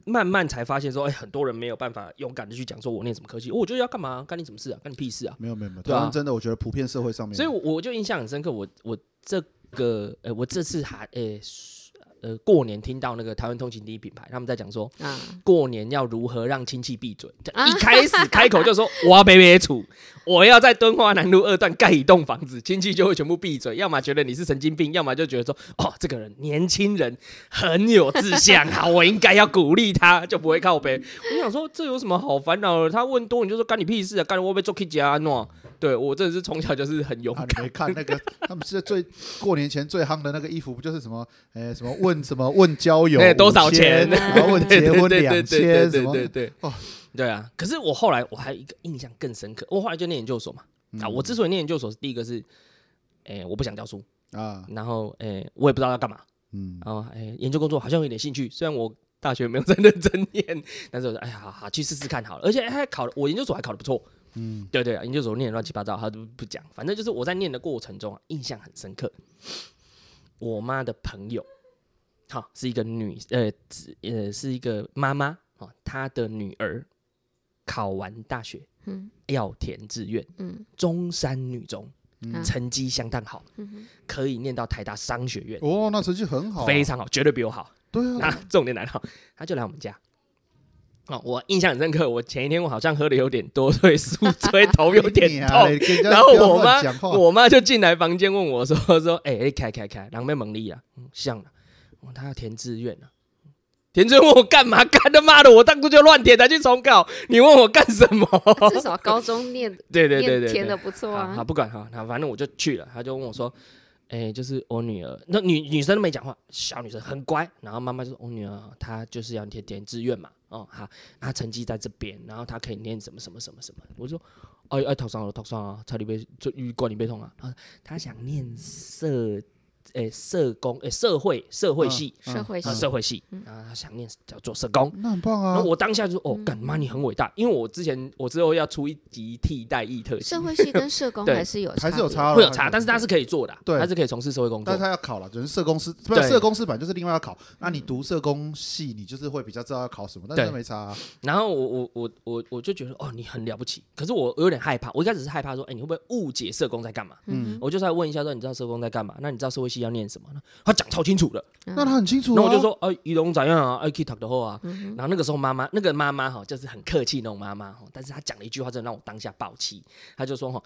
[SPEAKER 1] 慢慢才发现说，哎、很多人没有办法勇敢的去讲说我念什么科技，哦我觉得要干嘛，干你什么事啊，干你屁事啊。
[SPEAKER 2] 没有没有没有，
[SPEAKER 1] 对
[SPEAKER 2] 台
[SPEAKER 1] 啊
[SPEAKER 2] 湾真的，我觉得普遍社会上面，
[SPEAKER 1] 所以我我就印象很深刻，我我这个，呃，我这次还，呃，呃，过年听到那个台湾通勤第一品牌他们在讲说，
[SPEAKER 3] 啊，
[SPEAKER 1] 过年要如何让亲戚闭嘴，
[SPEAKER 3] 啊
[SPEAKER 1] 一开始开口就说我要北北处，我要在敦化南路二段盖一栋房子，亲戚就会全部闭嘴，要么觉得你是神经病，要么就觉得说哦这个人年轻人很有志向，好我应该要鼓励他，就不会靠北。我想说这有什么好烦恼的？他问多你就说干你屁事啊，干我被做 K 家诺。对我真的是从小就是很勇
[SPEAKER 2] 啊，
[SPEAKER 1] 敢，
[SPEAKER 2] 你没看那个他们是最过年前最夯的那个衣服，不就是什么呃什么问什么问
[SPEAKER 1] [LAUGHS]
[SPEAKER 2] 交友
[SPEAKER 1] 哎多少
[SPEAKER 2] 5000
[SPEAKER 1] 钱
[SPEAKER 2] 然后问
[SPEAKER 1] 对
[SPEAKER 2] 结
[SPEAKER 1] 对
[SPEAKER 2] 婚
[SPEAKER 1] 对对
[SPEAKER 2] 两
[SPEAKER 1] 对对
[SPEAKER 2] 千什
[SPEAKER 1] 对
[SPEAKER 2] 么
[SPEAKER 1] 对对，
[SPEAKER 2] 哦
[SPEAKER 1] 对啊。可是我后来我还有一个印象更深刻，我后来就念研究所嘛。啊，
[SPEAKER 2] 嗯
[SPEAKER 1] 我之所以念研究所，是第一个是，哎，我不想教书，
[SPEAKER 2] 啊
[SPEAKER 1] 然后哎，我也不知道要干嘛，
[SPEAKER 2] 嗯
[SPEAKER 1] 然后哎，研究工作好像有点兴趣，虽然我大学没有在 [LAUGHS] 认真念，但是我说哎呀，好好去试试看好了，而且哎还考了，我研究所还考的不错，
[SPEAKER 2] 嗯
[SPEAKER 1] 对对啊，研究所念得乱七八糟，他都不讲，反正就是我在念的过程中啊，印象很深刻。我妈的朋友，好是一个女，呃只呃是一个妈妈，哦，她的女儿考完大学
[SPEAKER 3] 嗯
[SPEAKER 1] 要填志愿， [LAUGHS]
[SPEAKER 3] 嗯
[SPEAKER 1] 中山女中，
[SPEAKER 2] 嗯
[SPEAKER 1] 成绩相当好，
[SPEAKER 3] 嗯哼，
[SPEAKER 1] 可以念到台大商学院，
[SPEAKER 2] 哦，那成绩很好啊，
[SPEAKER 1] 非常好，绝对比我好。
[SPEAKER 2] 对
[SPEAKER 1] 那
[SPEAKER 2] 啊，
[SPEAKER 1] 重点来了，他就来我们家。哦，我印象很深刻，我前一天我好像喝的有点多，所以宿醉头有
[SPEAKER 2] [LAUGHS] 你
[SPEAKER 1] 点
[SPEAKER 2] 啊
[SPEAKER 1] 痛。
[SPEAKER 2] 嘞跟人家
[SPEAKER 1] 然后
[SPEAKER 2] 不要
[SPEAKER 1] 我
[SPEAKER 2] 乱
[SPEAKER 1] 妈
[SPEAKER 2] 讲话
[SPEAKER 1] 我妈就进来房间问我说：“说哎、欸，开开开，狼妹蒙利啊，嗯像了、哦，他要填志愿啊。”填志愿问我干嘛？干他妈的！我当初就乱填，才去重考。你问我干什么？
[SPEAKER 3] 至少高中念
[SPEAKER 1] 对对对
[SPEAKER 3] 念
[SPEAKER 1] 对对
[SPEAKER 3] 填的不错
[SPEAKER 1] 好好
[SPEAKER 3] 啊，
[SPEAKER 1] 不管哈，那反正我就去了，他就问我说，哎、就是我女儿，那女女生都没讲话，小女生很乖，然后妈妈就说，我女儿她就是要填填志愿嘛，哦好，她成绩在这边，然后她可以念什么什么什么什么，我就说，哎哎头上了头上啊，差点被就遇过你被痛啊，她她想念社，哎、社工哎、社会社会系，
[SPEAKER 2] 嗯
[SPEAKER 3] 社会
[SPEAKER 1] 啊
[SPEAKER 3] 系
[SPEAKER 1] 社会系，然后她想念叫做社工，
[SPEAKER 2] 那很棒
[SPEAKER 1] 然
[SPEAKER 2] 啊
[SPEAKER 1] 后，我当下就说，哦干妈你很伟大，因为我之前我之后要出一集替代异特辑
[SPEAKER 3] 社。会系跟社工
[SPEAKER 1] [LAUGHS] 对
[SPEAKER 3] 还是有
[SPEAKER 2] 还是有
[SPEAKER 3] 别
[SPEAKER 2] 哦差了，
[SPEAKER 1] 会有差，但是他是可以做的啊，
[SPEAKER 2] 对
[SPEAKER 1] 他是可以从事社会工
[SPEAKER 2] 但
[SPEAKER 1] 作
[SPEAKER 2] 是。他要考了，只是社工师，不
[SPEAKER 1] 对
[SPEAKER 2] 是社工师版就是另外要考。那你读社工系，你就是会比较知道要考什么，但
[SPEAKER 1] 对
[SPEAKER 2] 是没差啊。
[SPEAKER 1] 然后我我我我我就觉得哦，你很了不起，可是我有点害怕，我一开始是害怕说，哎，你会不会误解社工在干嘛？
[SPEAKER 3] 嗯
[SPEAKER 1] 我就再问一下说，你知道社工在干嘛？那你知道社会系要念什么呢？他讲超清楚的，
[SPEAKER 3] 嗯
[SPEAKER 2] 那他很清楚啊。
[SPEAKER 1] 那我就说，呃，仪容怎样啊？哎，可以 talk 的后啊。
[SPEAKER 3] 嗯哼
[SPEAKER 1] 然后那个时候妈妈，那个妈妈哈，就是很客气那种妈妈哈，但是她讲了一句话，真的让我当下爆气。她就说哈。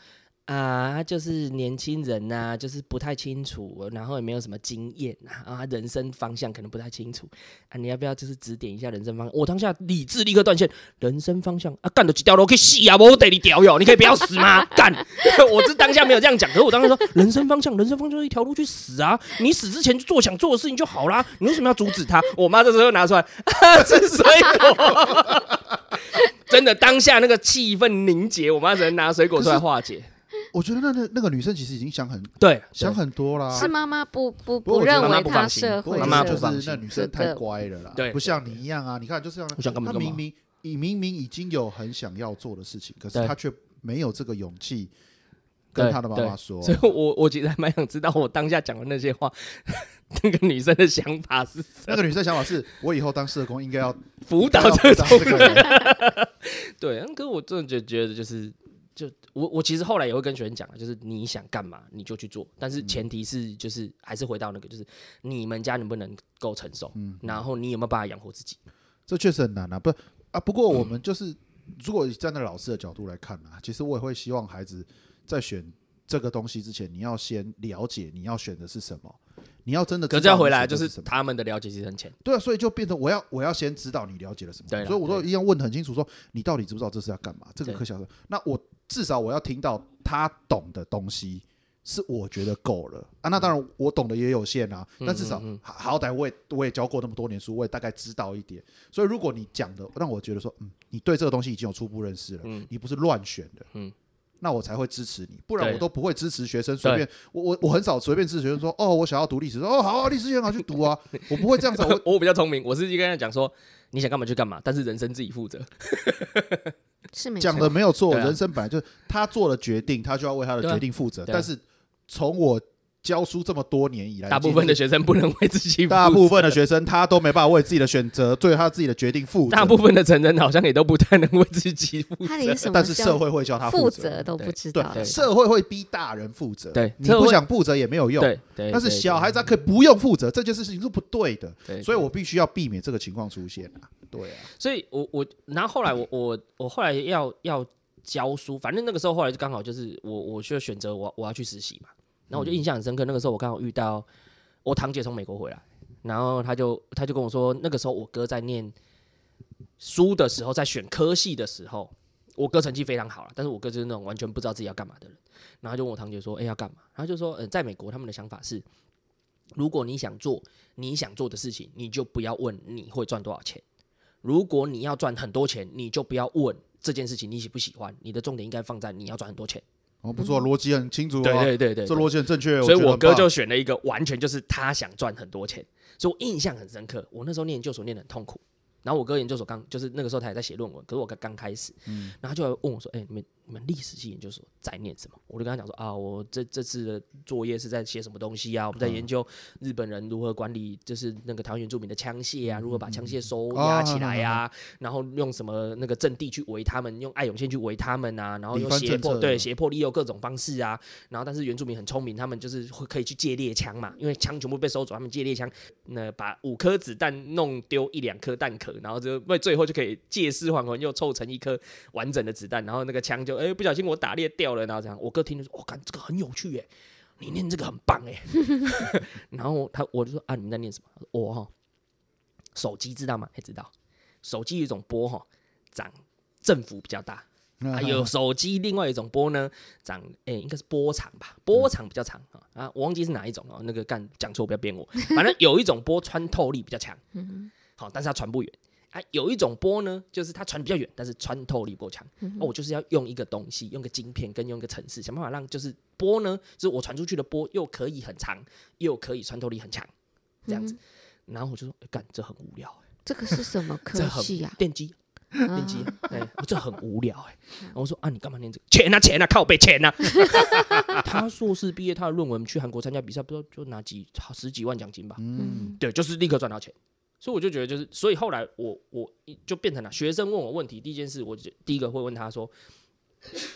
[SPEAKER 1] 啊，她就是年轻人呐、就是不太清楚，然后也没有什么经验啊，啊，人生方向可能不太清楚啊。你要不要就是指点一下人生方向？我当下理智立刻断线，人生方向啊，干得几条路去死啊！我得你屌哟，你可以不要死吗？干！ [LAUGHS] 我是当下没有这样讲，可是我当时说，人生方向，人生方向就是一条路去死啊！你死之前就做想做的事情就好啦，你为什么要阻止他？我妈这时候拿出来， [LAUGHS] 啊，吃水果。 [LAUGHS] 真的，当下那个气氛凝结，我妈只能拿水果出来化解。
[SPEAKER 2] 我觉得那那那个女生其实已经想很
[SPEAKER 1] 对，
[SPEAKER 2] 想很多啦。
[SPEAKER 3] 是妈妈不不
[SPEAKER 2] 不过
[SPEAKER 3] 不
[SPEAKER 2] 我觉得
[SPEAKER 3] 认
[SPEAKER 1] 妈妈
[SPEAKER 3] 为
[SPEAKER 1] 不
[SPEAKER 3] 他
[SPEAKER 1] 放心
[SPEAKER 3] 社
[SPEAKER 2] 不过
[SPEAKER 3] 会
[SPEAKER 2] 我
[SPEAKER 1] 妈妈
[SPEAKER 2] 觉得
[SPEAKER 1] 不
[SPEAKER 3] 社会
[SPEAKER 2] 就是那女生太乖了啦，
[SPEAKER 1] 对
[SPEAKER 2] 不像你一样啊。你看，就是这样，
[SPEAKER 1] 我想干嘛
[SPEAKER 2] 她
[SPEAKER 1] 干嘛
[SPEAKER 2] 明明你明明已经有很想要做的事情，可
[SPEAKER 1] 对
[SPEAKER 2] 是她却没有这个勇气
[SPEAKER 1] 对
[SPEAKER 2] 跟她的妈妈
[SPEAKER 1] 对
[SPEAKER 2] 说。
[SPEAKER 1] 所以我我其实还蛮想知道，我当下讲的那些话， [LAUGHS] 那个女生的想法是
[SPEAKER 2] 那个女生想法是，我以后当社工应该要
[SPEAKER 1] 辅导
[SPEAKER 2] 要
[SPEAKER 1] 这
[SPEAKER 2] 辅导
[SPEAKER 1] 种
[SPEAKER 2] 这个人。
[SPEAKER 1] 对，嗯可是我真的就觉得就是，就我我其实后来也会跟学生讲啊，就是你想干嘛你就去做，但
[SPEAKER 2] 嗯
[SPEAKER 1] 是前提是就是还是回到那个，就是你们家能不能够承受，
[SPEAKER 2] 嗯
[SPEAKER 1] 然后你有没有办法养活自己？
[SPEAKER 2] [LAUGHS] 这确实很难啊。不啊，不过我们就是，如果站在老师的角度来看啊，其实我也会希望孩子在选这个东西之前，你要先了解你要选的是什么。你要真的知
[SPEAKER 1] 可
[SPEAKER 2] 道你
[SPEAKER 1] 是要回
[SPEAKER 2] 选
[SPEAKER 1] 来
[SPEAKER 2] 的
[SPEAKER 1] 就是是
[SPEAKER 2] 什么？
[SPEAKER 1] 他们的了解其实很浅，
[SPEAKER 2] 对啊，所以就变成我要我要先知道你了解了什么，
[SPEAKER 1] 对啦
[SPEAKER 2] 所以我都一样问得很清楚说，你到底知不知道这是要干嘛？这个
[SPEAKER 1] 对
[SPEAKER 2] 可想说，那我至少我要听到他懂的东西。是我觉得够了啊，那当然我懂得也有限啊，
[SPEAKER 1] 嗯
[SPEAKER 2] 但至少
[SPEAKER 1] 嗯嗯
[SPEAKER 2] 好好歹我也我也教过那么多年书，我也大概知道一点。所以如果你讲的让我觉得说，嗯，你对这个东西已经有初步认识了，
[SPEAKER 1] 嗯
[SPEAKER 2] 你不是乱选的，
[SPEAKER 1] 嗯
[SPEAKER 2] 那我才会支持你，不然
[SPEAKER 1] 对
[SPEAKER 2] 我都不会支持学生随
[SPEAKER 1] 对
[SPEAKER 2] 便。我我我很少随便支持学生说，哦，我想要读历史，说哦，好啊，历史也很好去读啊，我不会这样子。我
[SPEAKER 1] 我比较聪明，我是跟他讲说，你想干嘛就干嘛，但是人生自己负责。
[SPEAKER 3] 是没
[SPEAKER 2] 讲
[SPEAKER 3] 错
[SPEAKER 2] 的没有错，
[SPEAKER 1] 对啊
[SPEAKER 2] 人生本来就是他做了决定，他就要为他的
[SPEAKER 1] 对啊
[SPEAKER 2] 决定负责。
[SPEAKER 1] 对啊
[SPEAKER 2] 但是从我教书这么多年以
[SPEAKER 1] [LAUGHS]
[SPEAKER 2] 来，
[SPEAKER 1] 大部分的
[SPEAKER 2] 其实
[SPEAKER 1] 学生不能为自己负责，
[SPEAKER 2] 哎大部分的学生他都没办法为自己的选择，对他自己的决定负责。
[SPEAKER 1] 大部分的成人好像也都不太能为自己负责。[LAUGHS]
[SPEAKER 3] 他连什么
[SPEAKER 2] 但是
[SPEAKER 3] 叫
[SPEAKER 2] 社会会叫他
[SPEAKER 3] 负
[SPEAKER 2] 责
[SPEAKER 3] 责，都不
[SPEAKER 1] 对
[SPEAKER 3] 知
[SPEAKER 2] 对
[SPEAKER 3] 道，
[SPEAKER 1] 对
[SPEAKER 2] 社会会逼大人负责。
[SPEAKER 1] 对
[SPEAKER 2] 你
[SPEAKER 1] 社会
[SPEAKER 2] 不想负责也没有用。
[SPEAKER 1] 对对，
[SPEAKER 2] 但是
[SPEAKER 1] 对
[SPEAKER 2] 小孩子他可以不用负责，这件事情是不对的，
[SPEAKER 1] 对，对
[SPEAKER 2] 所以我必须要避免这个情况出现啊。对啊，
[SPEAKER 1] 所以我我然后后来我我我后来要要教书，反正那个时候后来就刚好就是我我就选择我我要去实习嘛，然后我就印象很深刻，那个时候我刚好遇到我堂姐从美国回来，然后她就她就跟我说，那个时候我哥在念书的时候，在选科系的时候。我哥成绩非常好了，但是我哥就是那种完全不知道自己要干嘛的人，然后就问我堂姐说：“哎、要干嘛？”然后就说：“呃，在美国他们的想法是，如果你想做你想做的事情，你就不要问你会赚多少钱，如果你要赚很多钱，你就不要问这件事情你喜不喜欢，你的重点应该放在你要赚很多钱。
[SPEAKER 2] 哦，不错，逻辑很清楚啊，
[SPEAKER 1] 对嗯对对对
[SPEAKER 2] 这逻辑很正确。
[SPEAKER 1] 所以
[SPEAKER 2] 觉得
[SPEAKER 1] 我
[SPEAKER 2] 很
[SPEAKER 1] 哥
[SPEAKER 2] 棒
[SPEAKER 1] 就选了一个完全就是他想赚很多钱，所以我印象很深刻。我那时候念研究所念得很痛苦，然后我哥研究所刚就是那个时候他也在写论文，可是我刚刚开始，
[SPEAKER 2] 嗯
[SPEAKER 1] 然后他就来问我说：“哎、你们你们历史系研究所在念什么？”我就跟他讲说：“啊，我这这次的作业是在写什么东西啊？我们在研究
[SPEAKER 2] 嗯
[SPEAKER 1] 日本人如何管理，就是那个台湾原住民的枪械啊，如何把枪械
[SPEAKER 2] 嗯
[SPEAKER 1] 收押起来呀、啊，然后用什么那个阵地去围他们，用爱永线去围他们啊，然后
[SPEAKER 2] 理
[SPEAKER 1] 用
[SPEAKER 2] 番
[SPEAKER 1] 胁
[SPEAKER 2] 政
[SPEAKER 1] 迫
[SPEAKER 2] 策
[SPEAKER 1] 对
[SPEAKER 2] 啊
[SPEAKER 1] 胁迫利诱各种方式啊，然后但是原住民很聪明，他们就是会可以去借猎枪嘛，因为枪全部被收走，他们借猎枪，那把五颗子弹弄丢一两颗弹壳，然后就为最后就可以借尸还魂，又凑成一颗完整的子弹，然后那个枪就哎、不小心我打裂掉了，然后这样，我哥听就说，我、哦、感这个很有趣耶，你念这个很棒哎， [LAUGHS] 然后他我就说啊你们在念什么？他说我哈、手机知道吗？也知道，手机有一种波哈、长振幅比较大。
[SPEAKER 2] 嗯
[SPEAKER 1] 啊，有手机另外一种波呢，长诶、应该是波长吧，波长比较长啊啊，我忘记是哪一种哦，那个干讲错不要编我，反正有一种波穿透力比较强，好，但是它传不远啊，有一种波呢，就是它传比较远，但是穿透力不够强，那、我就是要用一个东西，用个晶片跟用一个程式，想办法让就是波呢，就是我传出去的波又可以很长，又可以穿透力很强，这样子，然后我就说，诶干、这很无聊、
[SPEAKER 3] 这个是
[SPEAKER 2] [LAUGHS]
[SPEAKER 3] 什么科
[SPEAKER 1] 这很
[SPEAKER 3] 系啊？
[SPEAKER 1] 电机
[SPEAKER 3] 啊
[SPEAKER 1] 电机，哎、我这很无聊哎、然后我说啊，你干嘛念这个？钱啊钱啊，靠背钱啊！ [LAUGHS] 他硕士毕业，他的论文去韩国参加比赛，不知道就拿几好十几万奖金吧？
[SPEAKER 3] 嗯，
[SPEAKER 1] 对，就是立刻赚到钱。所以我就觉得，就是所以后来我我就变成了学生问我问题，第一件事我就第一个会问他说，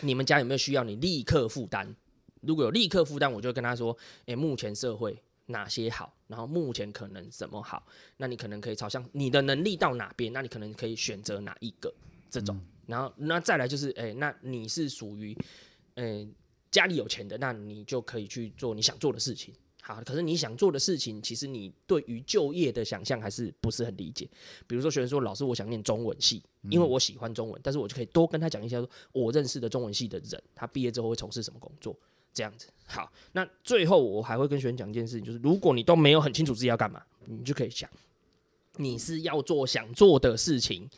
[SPEAKER 1] 你们家有没有需要你立刻负担？如果有立刻负担，我就跟他说，诶、目前社会哪些好，然后目前可能什么好，那你可能可以朝向你的能力到哪边，那你可能可以选择哪一个这种。然后那再来就是，诶、那你是属于，诶、呃家里有钱的，那你就可以去做你想做的事情。好，可是你想做的事情，其实你对于就业的想象还是不是很理解。比如说，学生说：“老师，我想念中文系，因为我喜欢中文。但是我就可以多跟他讲一下，说我认识的中文系的人，他毕业之后会从事什么工作，这样子。好，那最后我还会跟学生讲一件事情，就是如果你都没有很清楚自己要干嘛，你就可以想，你是要做想做的事情，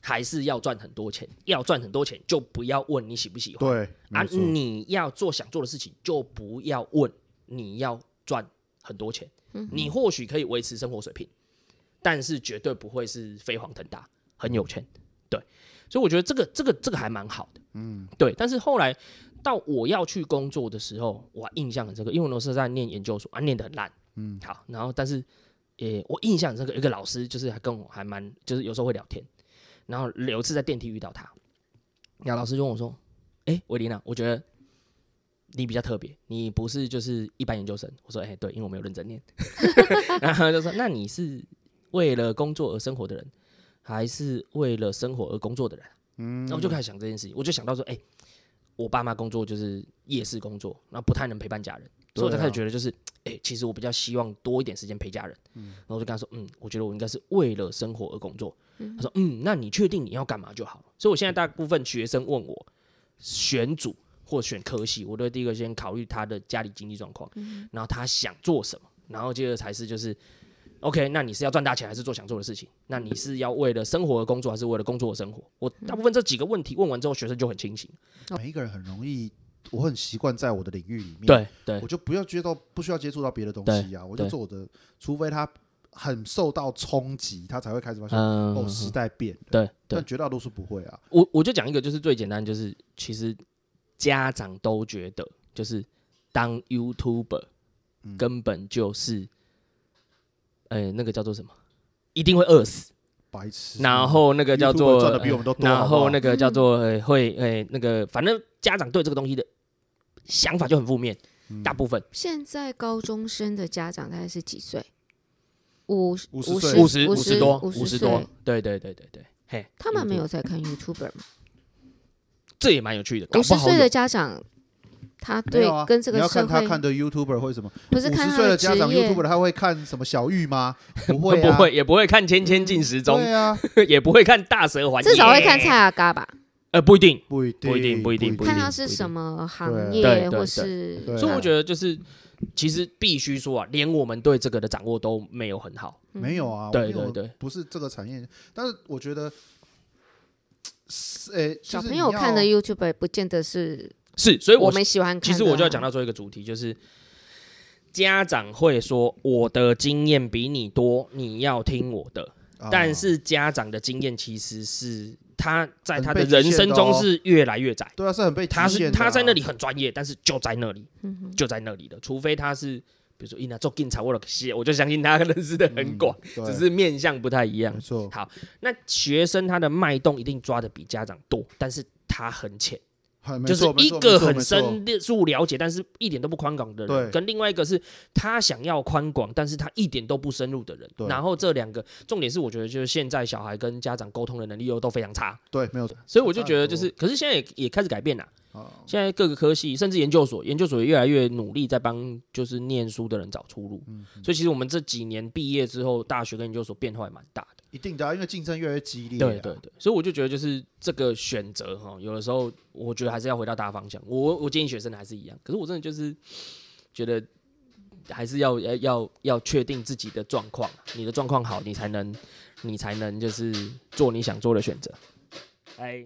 [SPEAKER 1] 还是要赚很多钱？要赚很多钱，就不要问你喜不喜欢。
[SPEAKER 2] 对，
[SPEAKER 1] 啊
[SPEAKER 2] 没，错，
[SPEAKER 1] 你要做想做的事情，就不要问你要赚很多钱。你或许可以维持生活水平，但是绝对不会是飞黄腾达、很有钱。对，所以我觉得这个、这个、这个还蛮好的。嗯，对。但是后来到我要去工作的时候，我印象很深刻，因为我那时候在念研究所啊，念得很烂。嗯，好，然后但是，诶、我印象很深刻，有一个老师就是还跟我还蛮，就是有时候会聊天。然后有一次在电梯遇到他，然后老师就跟我说：“哎、维琳娜，我觉得你比较特别，你不是就是一般研究生。我说，哎、对，因为我没有认真念。 [LAUGHS] 然后他就说，那你是为了工作而生活的人，还是为了生活而工作的人？嗯，那我就开始想这件事情，我就想到说，哎、我爸妈工作就是夜市工作，然后不太能陪伴家人，所以我就
[SPEAKER 2] 对啊
[SPEAKER 1] 开始觉得就是，哎、其实我比较希望多一点时间陪家人。嗯，然后我就跟他说，嗯，我觉得我应该是为了生活而工作。他说，嗯，那你确定你要干嘛就好了。所以我现在大部分学生问我选组或选科系，我都会第一个嗯先考虑他的家里经济状况，然后他想做什么，然后接着才是就是 OK，那你是要赚大钱还是做想做的事情？那你是要为了生活而工作，还是为了工作而生活？我大部分这几个问题问完之后，学生就很清醒。
[SPEAKER 2] 每一个人很容易，我很习惯在我的领域里面，
[SPEAKER 1] 对对
[SPEAKER 2] 我就不要接到不需要接触到别的东西啊，我就
[SPEAKER 1] 对
[SPEAKER 2] 做我的，除非他很受到冲击，他才会开始发现、
[SPEAKER 1] 嗯，
[SPEAKER 2] 哦，时代变了。
[SPEAKER 1] 对对
[SPEAKER 2] 但，绝大多数不会啊，
[SPEAKER 1] 我我就讲一个，就是最简单，就是其实家长都觉得，就是当 YouTuber
[SPEAKER 2] 嗯
[SPEAKER 1] 根本就是，呃，那个叫做什么，一定会饿死。
[SPEAKER 2] 白痴。
[SPEAKER 1] 然后那个叫
[SPEAKER 2] YouTuber
[SPEAKER 1] 做
[SPEAKER 2] 赚的比我们都多，
[SPEAKER 1] 然后那
[SPEAKER 2] 那
[SPEAKER 1] 个叫做、
[SPEAKER 3] 嗯
[SPEAKER 1] 呃会呃那个，反正家长对这个东西的想法就很负面，
[SPEAKER 2] 嗯
[SPEAKER 1] 大部分
[SPEAKER 3] 现在高中生的家长大概是几岁？五
[SPEAKER 2] 五十
[SPEAKER 3] 十
[SPEAKER 2] 岁
[SPEAKER 1] 五十
[SPEAKER 3] 五
[SPEAKER 1] 十多
[SPEAKER 3] 五
[SPEAKER 1] 十
[SPEAKER 3] 岁
[SPEAKER 1] 多，对对对对对，嘿，
[SPEAKER 3] 他
[SPEAKER 2] 嗯
[SPEAKER 3] 们没
[SPEAKER 1] 50
[SPEAKER 3] 有在看 YouTuber 吗？
[SPEAKER 1] 这也蛮有趣的，搞
[SPEAKER 3] 五
[SPEAKER 1] 不
[SPEAKER 3] 十
[SPEAKER 1] 好
[SPEAKER 3] 岁
[SPEAKER 1] 有
[SPEAKER 3] 的家长，他
[SPEAKER 2] 没
[SPEAKER 3] 对
[SPEAKER 2] 有啊，
[SPEAKER 3] 跟这
[SPEAKER 2] 你
[SPEAKER 3] 个
[SPEAKER 2] 要看
[SPEAKER 3] 社
[SPEAKER 2] 他
[SPEAKER 3] 会
[SPEAKER 2] 看的 YouTuber 会什么？
[SPEAKER 3] 不
[SPEAKER 2] 五
[SPEAKER 3] 是
[SPEAKER 2] 十
[SPEAKER 3] 看他
[SPEAKER 2] 岁的
[SPEAKER 3] 职
[SPEAKER 2] 家长
[SPEAKER 3] 业
[SPEAKER 2] YouTuber 他会看什么小玉吗？
[SPEAKER 1] [LAUGHS]
[SPEAKER 2] 不
[SPEAKER 1] 会
[SPEAKER 2] 会
[SPEAKER 1] 不
[SPEAKER 2] 啊，
[SPEAKER 1] 会也不会看《千千进时钟
[SPEAKER 2] 对啊，》，
[SPEAKER 1] [LAUGHS] 也不会看《大蛇环》，
[SPEAKER 3] 至少会看蔡
[SPEAKER 1] 菜，
[SPEAKER 3] 阿嘎吧，
[SPEAKER 1] 呃，不一定。
[SPEAKER 2] 不一定，
[SPEAKER 1] 不一定不一定不一
[SPEAKER 3] 看
[SPEAKER 1] 定
[SPEAKER 3] 他是什么行
[SPEAKER 2] 对
[SPEAKER 1] 对
[SPEAKER 3] 业
[SPEAKER 1] 对
[SPEAKER 3] 或
[SPEAKER 2] 对啊
[SPEAKER 3] 是。
[SPEAKER 1] 所以我觉得就是，其实必须说啊，连我们对这个的掌握都没有很好。
[SPEAKER 3] 嗯
[SPEAKER 2] 没有啊，
[SPEAKER 1] 对
[SPEAKER 2] 我没有
[SPEAKER 1] 对对，
[SPEAKER 2] 不是这个产业，但是我觉得，是呃，
[SPEAKER 3] 嗯
[SPEAKER 2] 就是
[SPEAKER 3] 小朋
[SPEAKER 2] 你
[SPEAKER 3] 友
[SPEAKER 2] 要
[SPEAKER 3] 看的 YouTuber 不见得是
[SPEAKER 1] 是，所以
[SPEAKER 3] 我
[SPEAKER 1] 我
[SPEAKER 3] 们喜欢看的
[SPEAKER 1] 其
[SPEAKER 3] 啊。
[SPEAKER 1] 实我就要讲到最后一个主题，就是家长会说我的经验比你多，你要听我的。
[SPEAKER 2] 啊
[SPEAKER 1] 但是家长的经验其实是他在
[SPEAKER 2] 很
[SPEAKER 1] 他
[SPEAKER 2] 被
[SPEAKER 1] 的
[SPEAKER 2] 局
[SPEAKER 1] 人
[SPEAKER 2] 限
[SPEAKER 1] 生
[SPEAKER 2] 的
[SPEAKER 1] 中
[SPEAKER 2] 哦
[SPEAKER 1] 是越来越窄。
[SPEAKER 2] 对啊，是很被
[SPEAKER 1] 他
[SPEAKER 2] 局
[SPEAKER 1] 是
[SPEAKER 2] 限的
[SPEAKER 1] 他在那
[SPEAKER 2] 啊嗯
[SPEAKER 1] 里很专业，但是就在那里，就在那里的，除非他是比如说伊娜做警察，我写，我就相信他认识的很广，
[SPEAKER 2] 嗯对
[SPEAKER 1] 只是面向不太一样
[SPEAKER 2] 没。错，
[SPEAKER 1] 那学生他的脉动一定抓的比家长多，但是他很浅，
[SPEAKER 2] 很没
[SPEAKER 1] 就是
[SPEAKER 2] 错没
[SPEAKER 1] 一
[SPEAKER 2] 错
[SPEAKER 1] 个
[SPEAKER 2] 没错
[SPEAKER 1] 很
[SPEAKER 2] 没
[SPEAKER 1] 深
[SPEAKER 2] 错
[SPEAKER 1] 入了解，但是一点都不宽广的人，
[SPEAKER 2] 对
[SPEAKER 1] 跟另外一个是他想要宽广，但是他一点都不深入的人。
[SPEAKER 2] 对
[SPEAKER 1] 然后这两个重点是，我觉得就是现在小孩跟家长沟通的能力又都非常差，
[SPEAKER 2] 对，没有错
[SPEAKER 1] 所以我就觉得就是，可是现在也也开始改变了。
[SPEAKER 2] 啊，
[SPEAKER 1] 现在各个科系，甚至研究所，研究所也越来越努力在帮就是念书的人找出路。
[SPEAKER 2] 嗯
[SPEAKER 1] 所以其实我们这几年毕业之后，大学跟研究所变化也蛮大的。
[SPEAKER 2] 一定的啊，因为竞争越来越激烈，啊
[SPEAKER 1] 对对，对，所以我就觉得就是这个选择哈，有的时候我觉得还是要回到大方向。我我建议学生还是一样，可是我真的就是觉得还是要要要要确定自己的状况，你的状况好，你才能你才能就是做你想做的选择。哎。